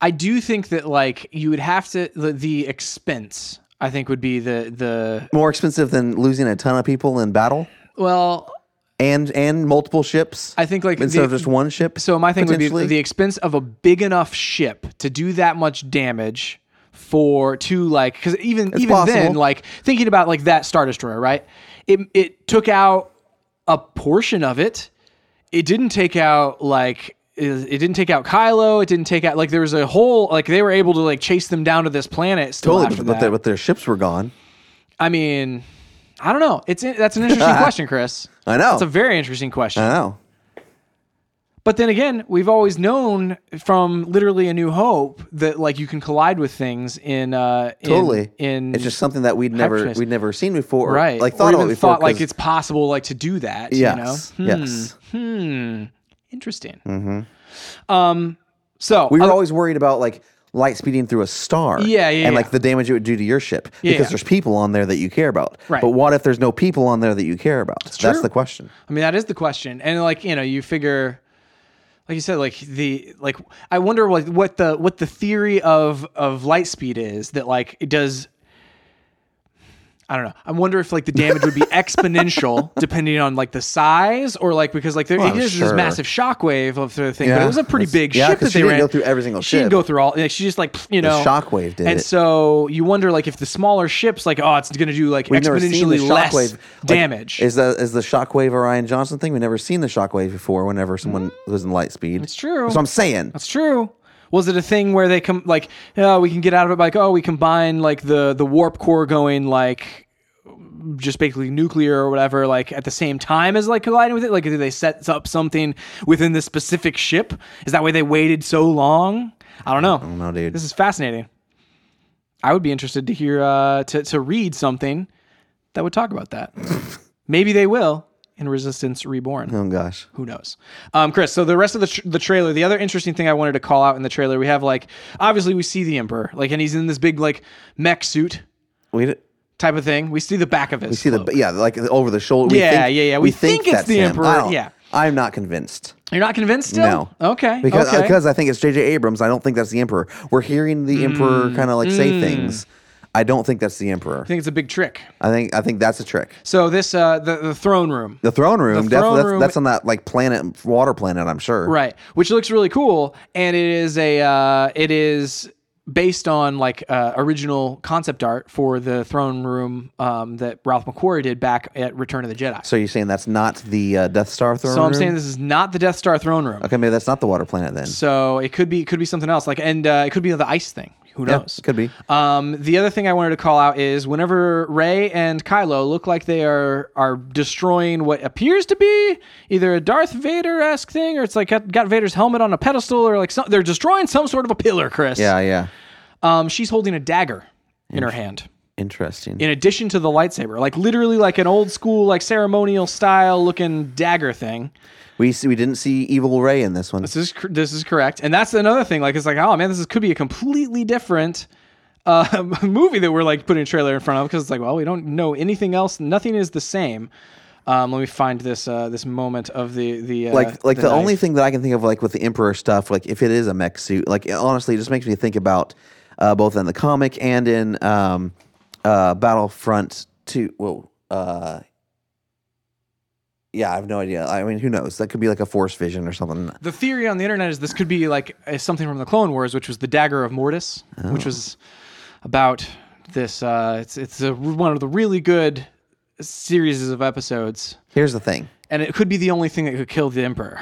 Speaker 1: I do think that like you would have to the, the expense I think would be the the
Speaker 2: More expensive than losing a ton of people in battle
Speaker 1: well
Speaker 2: and and multiple ships
Speaker 1: I think like
Speaker 2: instead
Speaker 1: the-
Speaker 2: of just one ship.
Speaker 1: So my thing would be
Speaker 2: potentially?
Speaker 1: the expense of a big enough ship to do that much damage for to like because even even then
Speaker 2: possible.
Speaker 1: like thinking about like that star destroyer right it it took out a portion of it it didn't take out like it it didn't take out Kylo. It didn't take out like there was a whole like they were able to like chase them down to this planet. Still
Speaker 2: totally,
Speaker 1: after
Speaker 2: but, but,
Speaker 1: that.
Speaker 2: their, but their ships were gone.
Speaker 1: I mean, I don't know. It's that's an interesting question, Chris.
Speaker 2: I know.
Speaker 1: That's a very interesting question.
Speaker 2: I know.
Speaker 1: But then again, we've always known from literally A New Hope that like you can collide with things in uh in,
Speaker 2: Totally.
Speaker 1: in
Speaker 2: it's just something that we'd never
Speaker 1: hyperspace.
Speaker 2: we'd never seen before.
Speaker 1: right
Speaker 2: Like
Speaker 1: or
Speaker 2: thought
Speaker 1: even
Speaker 2: of it before.
Speaker 1: thought like
Speaker 2: 'cause-
Speaker 1: it's possible like to do that.
Speaker 2: yes,
Speaker 1: You know?
Speaker 2: yes.
Speaker 1: Hmm. Interesting. Um. So
Speaker 2: Mm-hmm. We were
Speaker 1: other-
Speaker 2: always worried about like light speeding through a star.
Speaker 1: Yeah, yeah,
Speaker 2: And
Speaker 1: yeah.
Speaker 2: like the damage it would do to your ship
Speaker 1: Yeah,
Speaker 2: because
Speaker 1: yeah.
Speaker 2: there's people on there that you care about.
Speaker 1: Right.
Speaker 2: But what if there's no people on there that you care about? That's,
Speaker 1: true.
Speaker 2: the question.
Speaker 1: I mean, that is the question. And like, you know, you figure like you said like the like I wonder what what the what the theory of of light speed is that like it does I don't know. I wonder if like the damage would be exponential depending on like the size or like because like there
Speaker 2: Well,
Speaker 1: it is this
Speaker 2: sure.
Speaker 1: massive shockwave of the thing, but it
Speaker 2: Yeah.
Speaker 1: was a pretty
Speaker 2: That's-
Speaker 1: big
Speaker 2: yeah,
Speaker 1: ship
Speaker 2: 'cause
Speaker 1: that
Speaker 2: she
Speaker 1: they
Speaker 2: didn't
Speaker 1: ran.
Speaker 2: go through every single
Speaker 1: she didn't
Speaker 2: ship.
Speaker 1: go through all. Like, she just like you know
Speaker 2: shockwave did
Speaker 1: And
Speaker 2: it.
Speaker 1: so you wonder like if the smaller ships like oh it's going to do like
Speaker 2: We've never seen the
Speaker 1: exponentially less
Speaker 2: shockwave like,
Speaker 1: damage.
Speaker 2: is the is the shockwave Orion Johnson thing? We've never seen the shockwave before. Whenever someone was in light speed, it's
Speaker 1: Mm. true.
Speaker 2: So I'm saying
Speaker 1: That's true. Was it a thing where they come like uh, we can get out of it by, like oh we combine like the the warp core going like just basically nuclear or whatever like at the same time as like colliding with it like did they set up something within this specific ship is that why they waited so long I don't know I
Speaker 2: don't know, dude.
Speaker 1: this is fascinating I would be interested to hear uh, to to read something that would talk about that maybe they will in Resistance Reborn
Speaker 2: Oh gosh,
Speaker 1: who knows um chris so the rest of the, tr- the trailer the other interesting thing i wanted to call out in the trailer we have like obviously we see the emperor like and he's in this big like mech suit
Speaker 2: we d-
Speaker 1: type of thing we see the back of his
Speaker 2: see the yeah like the over the shoulder. We
Speaker 1: Yeah,
Speaker 2: think,
Speaker 1: yeah, yeah. We think it's
Speaker 2: that's
Speaker 1: the
Speaker 2: him.
Speaker 1: Emperor.
Speaker 2: I don't-
Speaker 1: Yeah.
Speaker 2: I'm not convinced.
Speaker 1: you're not convinced still
Speaker 2: No.
Speaker 1: okay
Speaker 2: Because uh,
Speaker 1: okay
Speaker 2: because I think it's J.J. Abrams. I don't think that's the Emperor. We're hearing the Emperor
Speaker 1: Mm,
Speaker 2: kind of like say things. I don't think that's the Emperor.
Speaker 1: i think it's a big trick
Speaker 2: I think I think that's a trick.
Speaker 1: so this uh the, the throne room
Speaker 2: The throne room.
Speaker 1: The throne
Speaker 2: that's,
Speaker 1: room-
Speaker 2: That's, that's on that like planet, water planet. I'm sure.
Speaker 1: right which looks really cool and it is a uh it is based on like uh, original concept art for the throne room um, that ralph mcquarrie did back at return of the jedi
Speaker 2: So you're saying that's not the uh, Death Star throne
Speaker 1: so i'm
Speaker 2: room?
Speaker 1: saying this is not the death star throne room
Speaker 2: okay, maybe that's not the water planet then.
Speaker 1: So it could be it could be something else. Like and uh, it could be the ice thing. Who
Speaker 2: Yeah,
Speaker 1: knows?
Speaker 2: could be.
Speaker 1: Um, the other thing I wanted to call out is whenever Ray and Kylo look like they are are destroying what appears to be either a Darth Vader esque thing or it's like got, got Vader's helmet on a pedestal or like some, they're destroying some sort of a pillar. Chris.
Speaker 2: Yeah, yeah.
Speaker 1: Um, she's holding a dagger in her hand.
Speaker 2: Interesting.
Speaker 1: In addition to the lightsaber, like literally like an old school like ceremonial style looking dagger thing.
Speaker 2: we see, we didn't see Evil Ray in this one.
Speaker 1: This is cor- this is correct, and that's another thing. Like it's like, oh man, this is, could be a completely different uh, movie that we're like putting a trailer in front of because it's like, well, we don't know anything else. Nothing is the same. Um, let me find this uh, this moment of the the uh,
Speaker 2: like like the,
Speaker 1: knife.
Speaker 2: only thing that I can think of like with the emperor stuff like if it is a mech suit like it- honestly it just makes me think about uh, both in the comic and in um, uh, Battlefront two whoa uh, yeah I have no idea I mean who knows that could be like a force vision or something
Speaker 1: the theory on the internet is this could be like uh, something from the Clone Wars, which was the dagger of Mortis,
Speaker 2: Oh.
Speaker 1: which was about this. Uh, it's it's a, one of the really good series of episodes
Speaker 2: here's the thing
Speaker 1: and it could be the only thing that could kill the emperor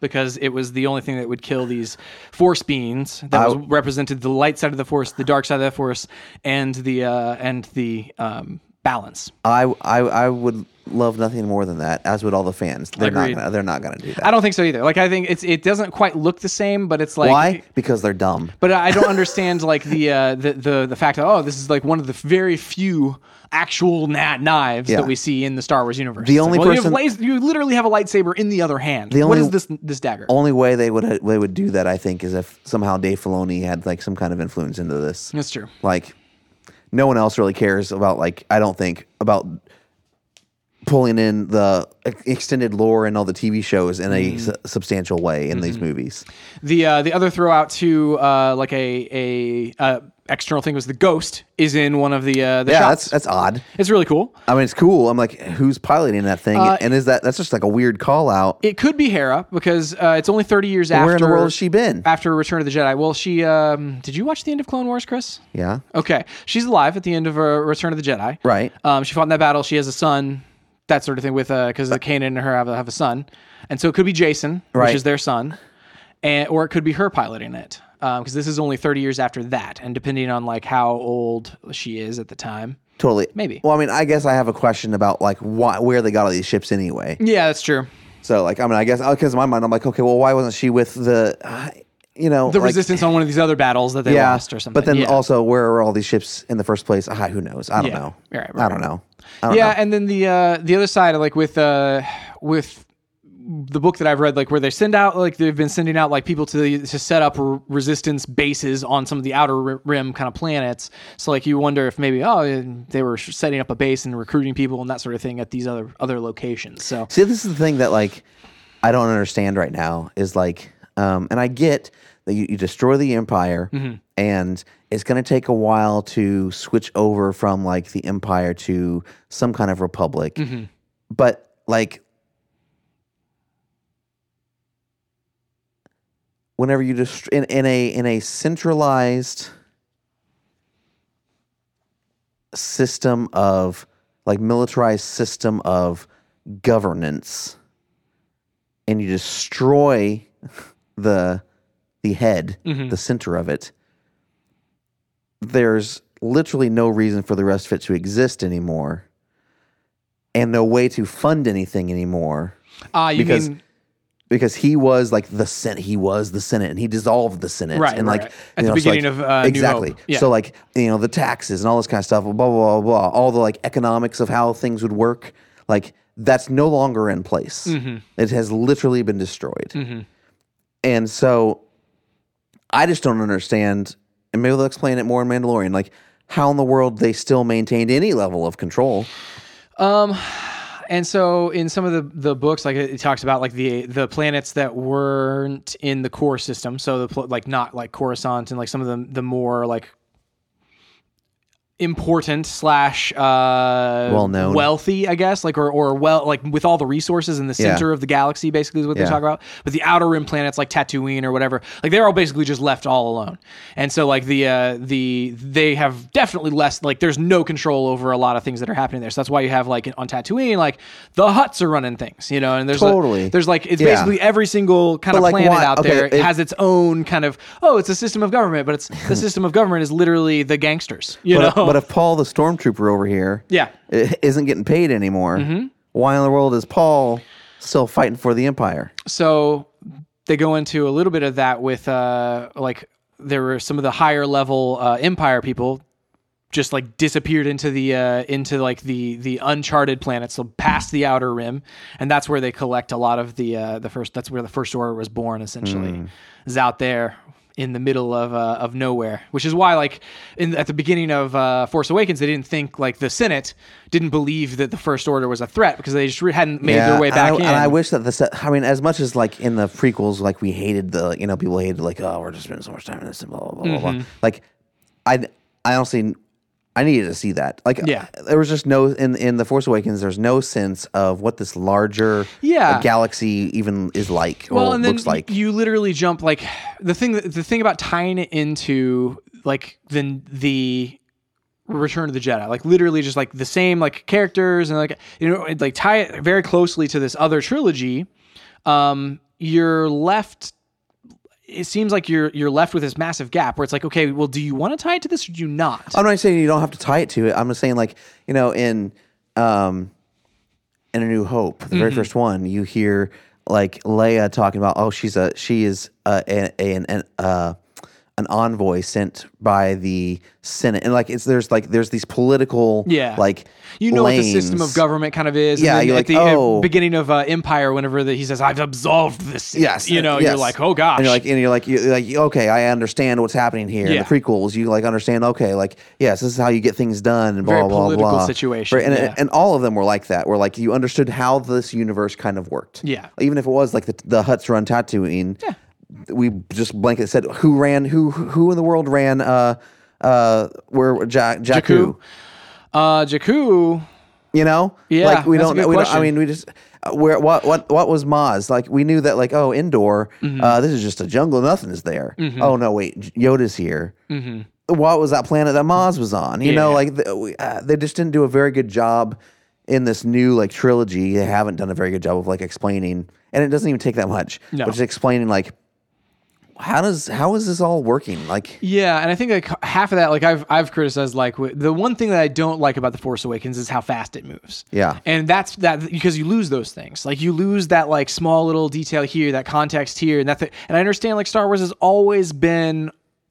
Speaker 1: because it was the only thing that would kill these force beings that was, represented the light side of the force the dark side of the force and the uh, and the um, balance.
Speaker 2: I, I I would love nothing more than that. As would all the fans. They're
Speaker 1: Agreed.
Speaker 2: not. Gonna, they're not going to do that.
Speaker 1: I don't think so either. Like I think it's it doesn't quite look the same, but it's like
Speaker 2: Why? Because they're dumb.
Speaker 1: But I don't understand like the uh, the the the fact that oh this is like one of the very few actual na- knives
Speaker 2: Yeah.
Speaker 1: that we see in the Star Wars universe.
Speaker 2: The
Speaker 1: It's
Speaker 2: only
Speaker 1: like, well, you have
Speaker 2: person-
Speaker 1: las- you, literally have a lightsaber in the other hand.
Speaker 2: The
Speaker 1: what
Speaker 2: only-
Speaker 1: is this this dagger?
Speaker 2: Only way they would they would do that, I think, is if somehow Dave Filoni had like some kind of influence into this.
Speaker 1: That's true.
Speaker 2: Like, no one else really cares about like I don't think about pulling in the ex- extended lore and all the TV shows in a su- substantial way in these movies.
Speaker 1: The uh, the other throwout to uh, like a a uh, external thing was the ghost is in one of the uh, the
Speaker 2: Yeah,
Speaker 1: shots.
Speaker 2: that's that's odd.
Speaker 1: it's really cool.
Speaker 2: I mean, it's cool. I'm like, who's piloting that thing? and is that that's just like a weird call out?
Speaker 1: It could be Hera because uh, it's only thirty years after.
Speaker 2: Where in the world has she been?
Speaker 1: After Return of the Jedi. Well, she um, did you watch the end of Clone Wars, Chris?
Speaker 2: yeah,
Speaker 1: Okay, she's alive at the end of uh, Return of the Jedi.
Speaker 2: Right.
Speaker 1: Um, she fought in that battle. She has a son, that sort of thing. With because the Kanan and her have, have a son, and so it could be Jason,
Speaker 2: Right.
Speaker 1: which is their son, and or it could be her piloting it because this is only thirty years after that, and depending on like how old she is at the time.
Speaker 2: totally.
Speaker 1: Maybe.
Speaker 2: Well, I mean, I guess I have a question about like why where they got all these ships anyway.
Speaker 1: Yeah, that's true.
Speaker 2: So like I mean I guess because in my mind I'm like okay well why wasn't she with the uh, you know
Speaker 1: The
Speaker 2: like,
Speaker 1: resistance on one of these other battles that they
Speaker 2: yeah
Speaker 1: lost or something.
Speaker 2: but then
Speaker 1: yeah.
Speaker 2: also where were all these ships in the first place ah, who knows I don't
Speaker 1: Yeah.
Speaker 2: know
Speaker 1: Right,
Speaker 2: I
Speaker 1: right, right.
Speaker 2: don't know I don't
Speaker 1: yeah
Speaker 2: know.
Speaker 1: and then the uh the other side like with uh with the book that i've read like where they send out like they've been sending out like people to the, to set up r- resistance bases on some of the outer ri- rim kind of planets so like you wonder if maybe oh they were setting up a base and recruiting people and that sort of thing at these other other locations so
Speaker 2: see this is the thing that like I don't understand right now is like um, and I get that you, you destroy the empire
Speaker 1: Mm-hmm.
Speaker 2: and it's going to take a while to switch over from like the empire to some kind of republic
Speaker 1: Mm-hmm.
Speaker 2: but like whenever you just in, in a in a centralized system of like militarized system of governance and you destroy the the head the center of it there's literally no reason for the rest of it to exist anymore and no way to fund anything anymore
Speaker 1: uh you
Speaker 2: because
Speaker 1: mean
Speaker 2: because he was like the senate he was the senate and he dissolved the senate
Speaker 1: Right,
Speaker 2: and
Speaker 1: right,
Speaker 2: like
Speaker 1: right.
Speaker 2: you
Speaker 1: At the
Speaker 2: know, it's like-
Speaker 1: beginning of, uh, New
Speaker 2: exactly
Speaker 1: Hope. Yeah.
Speaker 2: so like you know the taxes and all this kind of stuff blah blah blah blah all the like economics of how things would work like that's no longer in place
Speaker 1: Mm-hmm.
Speaker 2: it has literally been destroyed and so i just don't understand and maybe they'll explain it more in mandalorian like how in the world they still maintained any level of control
Speaker 1: and so in some of the the books like it, it talks about like the the planets that weren't in the core system so the pl- like not like coruscant and like some of the the more like important slash uh
Speaker 2: Well-known.
Speaker 1: wealthy i guess like or or well like with all the resources in the
Speaker 2: Yeah.
Speaker 1: center of the galaxy basically is what
Speaker 2: Yeah.
Speaker 1: they talk about but the outer rim planets like tatooine or whatever like they're all basically just left all alone and so like the uh the they have definitely less like there's no control over a lot of things that are happening there so that's why you have like on tatooine like the huts are running things you know and there's a-
Speaker 2: Totally.
Speaker 1: there's like it's
Speaker 2: Yeah.
Speaker 1: basically every single kind
Speaker 2: But,
Speaker 1: of
Speaker 2: like,
Speaker 1: planet
Speaker 2: why-
Speaker 1: out
Speaker 2: okay,
Speaker 1: there
Speaker 2: it-
Speaker 1: has its own kind of oh it's a system of government but it's the system of government is literally the gangsters you
Speaker 2: but,
Speaker 1: know
Speaker 2: but if Paul the stormtrooper over here,
Speaker 1: Yeah.
Speaker 2: i- isn't getting paid anymore,
Speaker 1: Mm-hmm.
Speaker 2: why in the world is Paul still fighting for the Empire?
Speaker 1: so they go into a little bit of that with uh like there were some of the higher level uh, empire people just like disappeared into the uh into like the the uncharted planets so past the outer rim and that's where they collect a lot of the uh the first that's where the first order was born essentially
Speaker 2: Hmm.
Speaker 1: is out there in the middle of uh, of nowhere which is why like in at the beginning of uh force awakens they didn't think like the senate didn't believe that the first order was a threat because they just re- hadn't made their way
Speaker 2: and
Speaker 1: back
Speaker 2: I,
Speaker 1: in
Speaker 2: And I wish that the set, I mean, as much as like in the prequels, like we hated the, you know, people hated like, oh, we're just spending so much time in this and blah, blah, blah, blah,
Speaker 1: Mm-hmm.
Speaker 2: blah. Like, I, I honestly, I needed to see that. Like,
Speaker 1: Yeah.
Speaker 2: there was just no, in, in The Force Awakens, there's no sense of what this larger
Speaker 1: Yeah.
Speaker 2: galaxy even is like or
Speaker 1: well, and then
Speaker 2: looks like.
Speaker 1: you literally jump like the thing. that- The thing about tying it into like the the Return of the Jedi, like literally just like the same like characters and like you know like tie it very closely to this other trilogy. Um, you're left it seems like you're you're left with this massive gap where it's like, okay, well, do you want to tie it to this or do you not?
Speaker 2: I'm not saying you don't have to tie it to it. I'm just saying like you know in um in A New Hope, the very
Speaker 1: Mm-hmm.
Speaker 2: first one, you hear like Leia talking about oh she's a she is uh, a, a, an an uh, an envoy sent by the Senate and like it's there's like there's these political
Speaker 1: Yeah.
Speaker 2: like
Speaker 1: you know what the system
Speaker 2: lanes.
Speaker 1: of government kind of is.
Speaker 2: Yeah,
Speaker 1: and then
Speaker 2: you're
Speaker 1: at
Speaker 2: like,
Speaker 1: the uh,
Speaker 2: oh.
Speaker 1: beginning of uh, Empire, whenever the, he says, "I've absolved this,"
Speaker 2: Yes, uh,
Speaker 1: you know,
Speaker 2: yes.
Speaker 1: you're like, oh gosh,
Speaker 2: and you're like, and you're like, you're like, okay, I understand what's happening here.
Speaker 1: Yeah.
Speaker 2: The prequels, you like understand, okay, like, yes, this is how you get things done, and blah
Speaker 1: Very
Speaker 2: blah
Speaker 1: political
Speaker 2: blah.
Speaker 1: situation,
Speaker 2: Right, and,
Speaker 1: yeah.
Speaker 2: and all of them were like that. Were like you understood how this universe kind of worked.
Speaker 1: Yeah.
Speaker 2: even if it was like the the Huts run Tatooine. Yeah. We just blanket said who ran who who in the world ran uh uh where ja- Jakku
Speaker 1: uh, Jakku.
Speaker 2: you know,
Speaker 1: Yeah,
Speaker 2: like we
Speaker 1: that's a
Speaker 2: don't.
Speaker 1: good
Speaker 2: We don't. I
Speaker 1: question.
Speaker 2: mean, we just. uh, Where what what what was Maz like? We knew that like oh indoor,
Speaker 1: Mm-hmm.
Speaker 2: uh, this is just a jungle. Nothing is there. Oh no, wait, J- Yoda's here. What was that planet that Maz was on? You know,
Speaker 1: Mm-hmm. Yeah.
Speaker 2: like the, we, uh, they just didn't do a very good job in this new like trilogy. They haven't done a very good job of like explaining, and it doesn't even take that much.
Speaker 1: No.
Speaker 2: but just explaining like how does how is this all working? Like
Speaker 1: Yeah, and I think like half of that, like I've I've criticized, like w- the one thing that I don't like about the Force Awakens is how fast it moves.
Speaker 2: Yeah.
Speaker 1: and that's that because you lose those things, like you lose that like small little detail here, that context here, and that. Th- and I understand like Star Wars has always been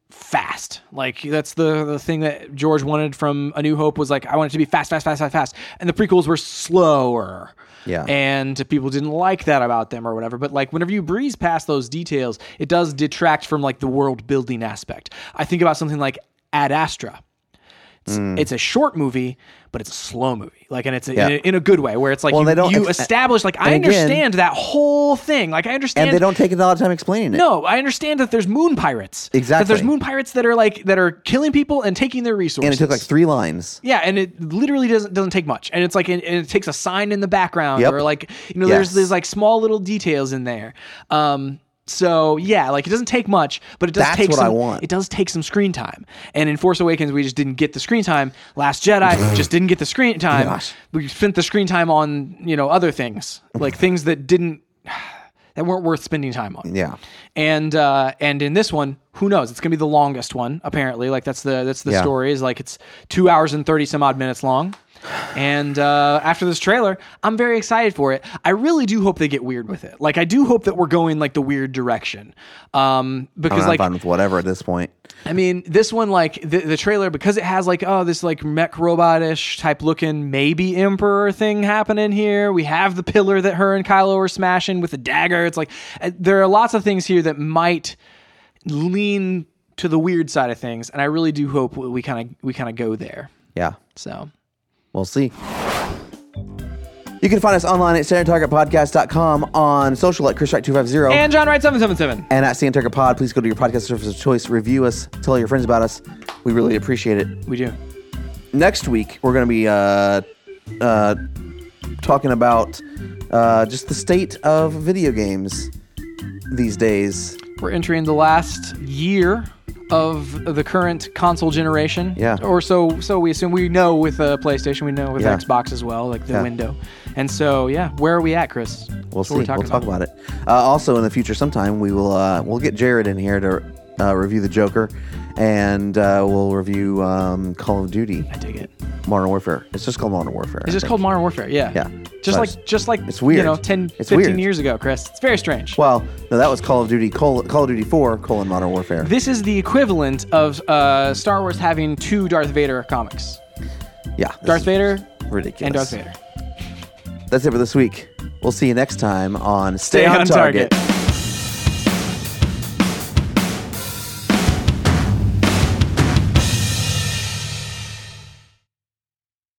Speaker 1: fast, like that's the the thing that George wanted from A New Hope was like I want it to be fast, fast, fast, fast, fast, and the prequels were slower.
Speaker 2: Yeah.
Speaker 1: and people didn't like that about them or whatever. But like whenever you breeze past those details, it does detract from like the world building aspect. I think about something like Ad Astra. It's,
Speaker 2: Hmm.
Speaker 1: it's a short movie, but it's a slow movie. Like, and it's a, in, a, in a good way where it's like
Speaker 2: they
Speaker 1: you,
Speaker 2: don't
Speaker 1: you
Speaker 2: ex-
Speaker 1: establish. Like, I
Speaker 2: and again-
Speaker 1: understand that whole thing. Like, I understand.
Speaker 2: and they don't take a lot of time explaining it.
Speaker 1: No, I understand that there's moon pirates. That
Speaker 2: Exactly.
Speaker 1: there's moon pirates that are like that are killing people and taking their resources.
Speaker 2: And it took like three lines.
Speaker 1: Yeah, and it literally doesn't doesn't take much, and it's like and it takes a sign in the background
Speaker 2: Yep.
Speaker 1: or like you know there's
Speaker 2: Yes.
Speaker 1: there's like small little details in there. Um, so yeah, like it doesn't take much, but it does
Speaker 2: That's
Speaker 1: take
Speaker 2: what
Speaker 1: some,
Speaker 2: I want.
Speaker 1: It does take some screen time, and in Force Awakens we just didn't get the screen time. Last Jedi just didn't get the screen time.
Speaker 2: Gosh.
Speaker 1: We spent the screen time on you know other things like things that didn't that weren't worth spending time on
Speaker 2: Yeah.
Speaker 1: and uh, and in this one, who knows? It's gonna be the longest one apparently. Like that's the that's the
Speaker 2: Yeah.
Speaker 1: story is like it's two hours and thirty some odd minutes long. And uh, after this trailer, I'm very excited for it. I really do hope they get weird with it. Like I do hope that we're going like the weird direction, um, because
Speaker 2: I'm
Speaker 1: like
Speaker 2: fine with whatever at this point.
Speaker 1: I mean, this one, like the, the trailer, because it has like oh this like mech robot-ish type looking maybe emperor thing happening here. We have the pillar that her and Kylo are smashing with a dagger. It's like uh, there are lots of things here that might lean to the weird side of things, and I really do hope we kind of we kind of go there.
Speaker 2: Yeah.
Speaker 1: So
Speaker 2: We'll see. You can find us online at standardtargetpodcast.com on social at ChrisStrack250
Speaker 1: and John Wright seven seven seven.
Speaker 2: and at Standard Target Pod. Please go to your podcast service of choice, review us, tell your friends about us. We really appreciate it.
Speaker 1: We do.
Speaker 2: Next week, we're going to be uh, uh, talking about uh, just the state of video games these days.
Speaker 1: We're entering the last year of the current console generation.
Speaker 2: Yeah.
Speaker 1: Or so so we assume we know with uh, PlayStation, we know with
Speaker 2: Yeah.
Speaker 1: Xbox as well, like the
Speaker 2: Yeah.
Speaker 1: window. And so yeah, where are we at, Chris?
Speaker 2: We'll
Speaker 1: That's
Speaker 2: see.
Speaker 1: what we're
Speaker 2: We'll
Speaker 1: talking
Speaker 2: talk about it. Uh, also, in the future, sometime we will uh, we'll get Jared in here to uh, review the Joker, and uh, we'll review um, Call of Duty,
Speaker 1: I dig it.
Speaker 2: Modern Warfare. It's just called Modern Warfare.
Speaker 1: It's just called Modern Warfare, yeah.
Speaker 2: Yeah.
Speaker 1: Just
Speaker 2: But
Speaker 1: like just like
Speaker 2: it's weird.
Speaker 1: you know, 10
Speaker 2: It's
Speaker 1: 15
Speaker 2: weird.
Speaker 1: years ago, Chris. It's very strange.
Speaker 2: Well, no, that was Call of Duty Col- Call of Duty Four: colon, Modern Warfare.
Speaker 1: this is the equivalent of uh, Star Wars having two Darth Vader comics.
Speaker 2: yeah, this
Speaker 1: Darth
Speaker 2: is
Speaker 1: Vader
Speaker 2: ridiculous.
Speaker 1: and Darth Vader.
Speaker 2: That's it for this week. We'll see you next time on Stay, on, target.